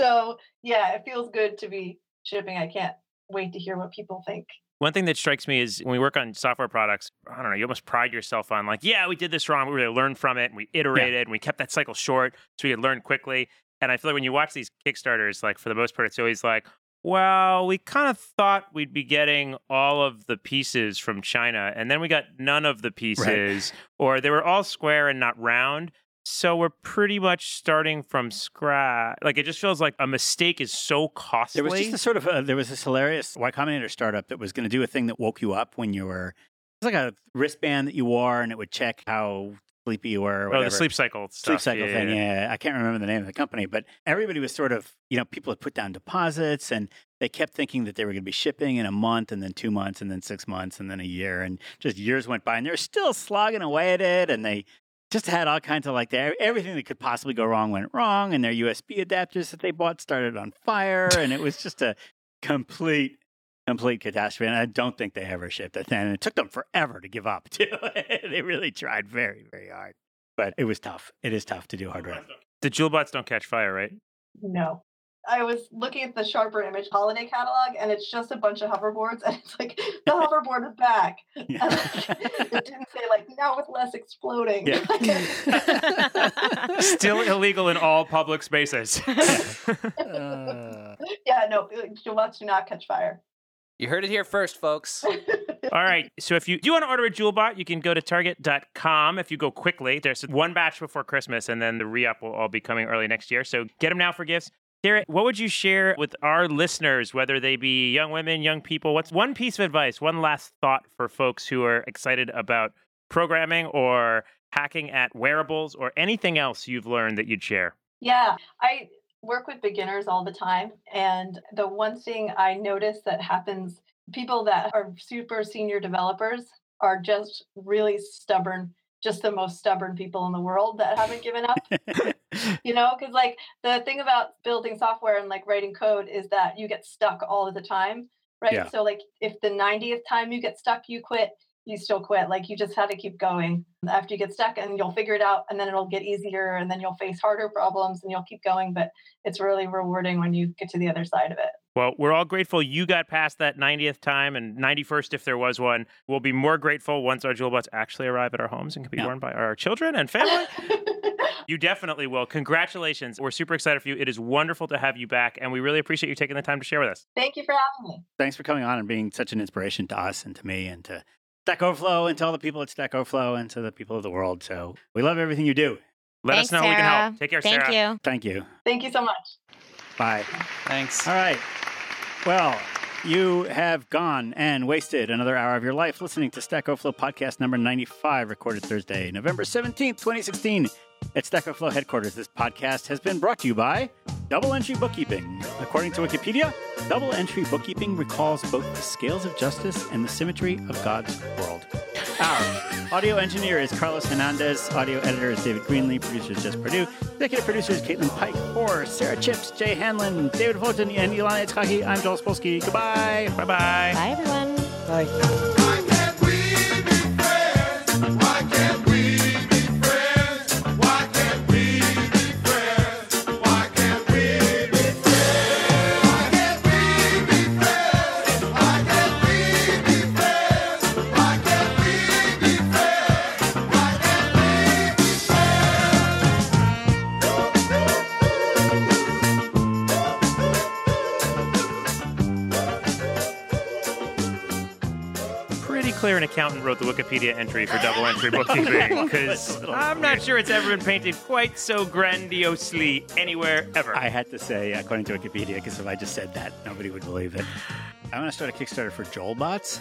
Speaker 5: so yeah, it feels good to be shipping. I can't wait to hear what people think.
Speaker 1: One thing that strikes me is when we work on software products, I don't know, you almost pride yourself on like, yeah, we did this wrong. We really learned from it and we iterated and we kept that cycle short so we could learn quickly. And I feel like when you watch these Kickstarters, like for the most part, it's always like, well, we kind of thought we'd be getting all of the pieces from China and then we got none of the pieces or they were all square and not round. So we're pretty much starting from scratch. Like it just feels like a mistake is so costly.
Speaker 3: There was just a sort of uh there was this hilarious Y Combinator startup that was going to do a thing that woke you up when you were. It's like a wristband that you wore, and it would check how sleepy you were. Or
Speaker 1: Oh,
Speaker 3: whatever.
Speaker 1: the sleep cycle stuff.
Speaker 3: sleep cycle thing. Yeah. I can't remember the name of the company, but everybody was sort of, you know, people had put down deposits and they kept thinking that they were going to be shipping in a month and then two months and then six months and then a year. And just years went by and they're still slogging away at it. And they just had all kinds of like they- everything that could possibly go wrong went wrong. And their USB adapters that they bought started on fire. And it was just a complete. Complete catastrophe, and I don't think they ever shipped it. And it took them forever to give up. Too, they really tried very, very hard. but it was tough. It is tough to do hard drive.
Speaker 1: The jewel bots don't catch fire, right?
Speaker 5: No. I was looking at the Sharper Image holiday catalog, and it's just a bunch of hoverboards, and it's like the hoverboard is back. And, like, it didn't say like now with less exploding.
Speaker 1: Yeah. Still illegal in all public spaces.
Speaker 5: yeah, no, Jawats do not catch fire.
Speaker 2: You heard it here first, folks.
Speaker 1: All right. So if you do want to order a JewelBot, you can go to Target.com. If you go quickly, there's one batch before Christmas, and then the re-up will all be coming early next year. So get them now for gifts. Derek, what would you share with our listeners, whether they be young women, young people? What's one piece of advice, one last thought for folks who are excited about programming or hacking at wearables or anything else you've learned that you'd share?
Speaker 5: Yeah, I work with beginners all the time. And the one thing I notice that happens people that are super senior developers are just really stubborn, just the most stubborn people in the world that haven't given up. you know, because like the thing about building software and like writing code is that you get stuck all of the time, right?
Speaker 3: Yeah.
Speaker 5: So, like, if the 90th time you get stuck, you quit. You still quit. Like you just had to keep going after you get stuck, and you'll figure it out, and then it'll get easier, and then you'll face harder problems, and you'll keep going. But it's really rewarding when you get to the other side of it.
Speaker 1: Well, we're all grateful you got past that 90th time and 91st if there was one. We'll be more grateful once our jewel bots actually arrive at our homes and can be worn by our children and family. you definitely will. Congratulations. We're super excited for you. It is wonderful to have you back, and we really appreciate you taking the time to share with us.
Speaker 5: Thank you for having me.
Speaker 3: Thanks for coming on and being such an inspiration to us and to me and to Stack Overflow and to all the people at Stack Overflow and to the people of the world. So we love everything you do.
Speaker 1: Let
Speaker 4: us Thanks, know how we can help. Sarah. Take care, Thank Sarah. you.
Speaker 3: Thank you.
Speaker 5: Thank you so much.
Speaker 3: Bye.
Speaker 2: Thanks.
Speaker 3: All right. Well, you have gone and wasted another hour of your life listening to Stack Overflow podcast number 95, recorded Thursday, November 17th, 2016, at Stack Overflow headquarters. This podcast has been brought to you by Double Entry Bookkeeping. According to Wikipedia, double entry bookkeeping recalls both the scales of justice and the symmetry of God's world. Our Ah. audio engineer is Carlos Hernandez. Audio editor is David Greenlee. Producer is Jess Perdue. Executive producer is Caitlin Pike. For Sarah Chips, Jay Hanlon, David Fulton, and Ilana Itzhaki, I'm Joel Spolsky. Goodbye. Bye bye.
Speaker 4: Bye, everyone.
Speaker 2: Bye.
Speaker 1: Pretty clear an accountant wrote the Wikipedia entry for double entry bookkeeping because I'm not sure it's ever been painted quite so grandiosely anywhere ever.
Speaker 3: I had to say, according to Wikipedia, because if I just said that, nobody would believe it. I want to start a Kickstarter for Joel Bots.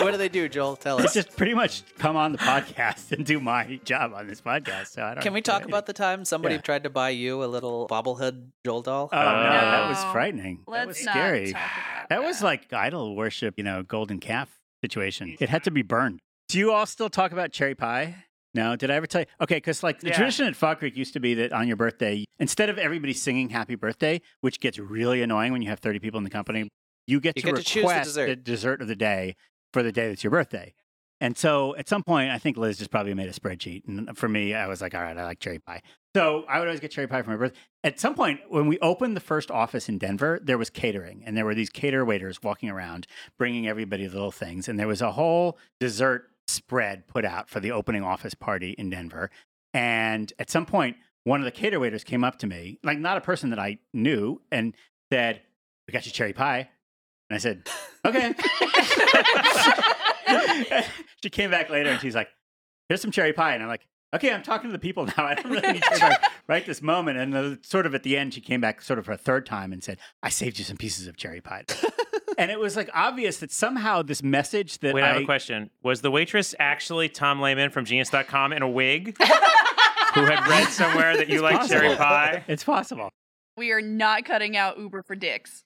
Speaker 2: What do they do, Joel? Tell
Speaker 3: it's
Speaker 2: us.
Speaker 3: just pretty much come on the podcast and do my job on this podcast. So I don't
Speaker 2: Can we
Speaker 3: have to
Speaker 2: talk
Speaker 3: do
Speaker 2: about the time somebody
Speaker 3: Yeah.
Speaker 2: tried to buy you a little bobblehead Joel doll?
Speaker 3: Oh, no, that
Speaker 1: No.
Speaker 3: was frightening. that
Speaker 8: Let's
Speaker 3: was
Speaker 8: not
Speaker 3: scary.
Speaker 8: talk about
Speaker 3: that was like idol worship, you know, golden calf situation. It had to be burned. Do you all still talk about cherry pie? No, did I ever tell you? Okay, because like the
Speaker 1: Yeah.
Speaker 3: tradition at Fog Creek used to be that on your birthday, instead of everybody singing happy birthday, which gets really annoying when you have 30 people in the company, you get
Speaker 2: You
Speaker 3: to
Speaker 2: get to
Speaker 3: request
Speaker 2: choose the dessert.
Speaker 3: dessert of the day for the day that's your birthday. And so at some point, I think Liz just probably made a spreadsheet. And for me, I was like, all right, I like cherry pie. So I would always get cherry pie for my birthday. At some point, when we opened the first office in Denver, there was catering, and there were these cater waiters walking around bringing everybody little things. And there was a whole dessert spread put out for the opening office party in Denver. And at some point, one of the cater waiters came up to me, like not a person that I knew, and said, We got you cherry pie. And I said, Okay. she came back later and she's like, Here's some cherry pie. And I'm like, Okay, I'm talking to the people now. I don't really need cherry pie right this moment. And the, sort of at the end, she came back sort of her third time and said, I saved you some pieces of cherry pie. and it was like obvious that somehow this message that
Speaker 1: Wait, I
Speaker 3: I,
Speaker 1: have a question. Was the waitress actually Tom Lehman from genius.com in a wig who had read somewhere that you
Speaker 3: It's
Speaker 1: like cherry
Speaker 3: possible.
Speaker 1: pie?
Speaker 3: It's possible.
Speaker 8: We are not cutting out Uber for dicks.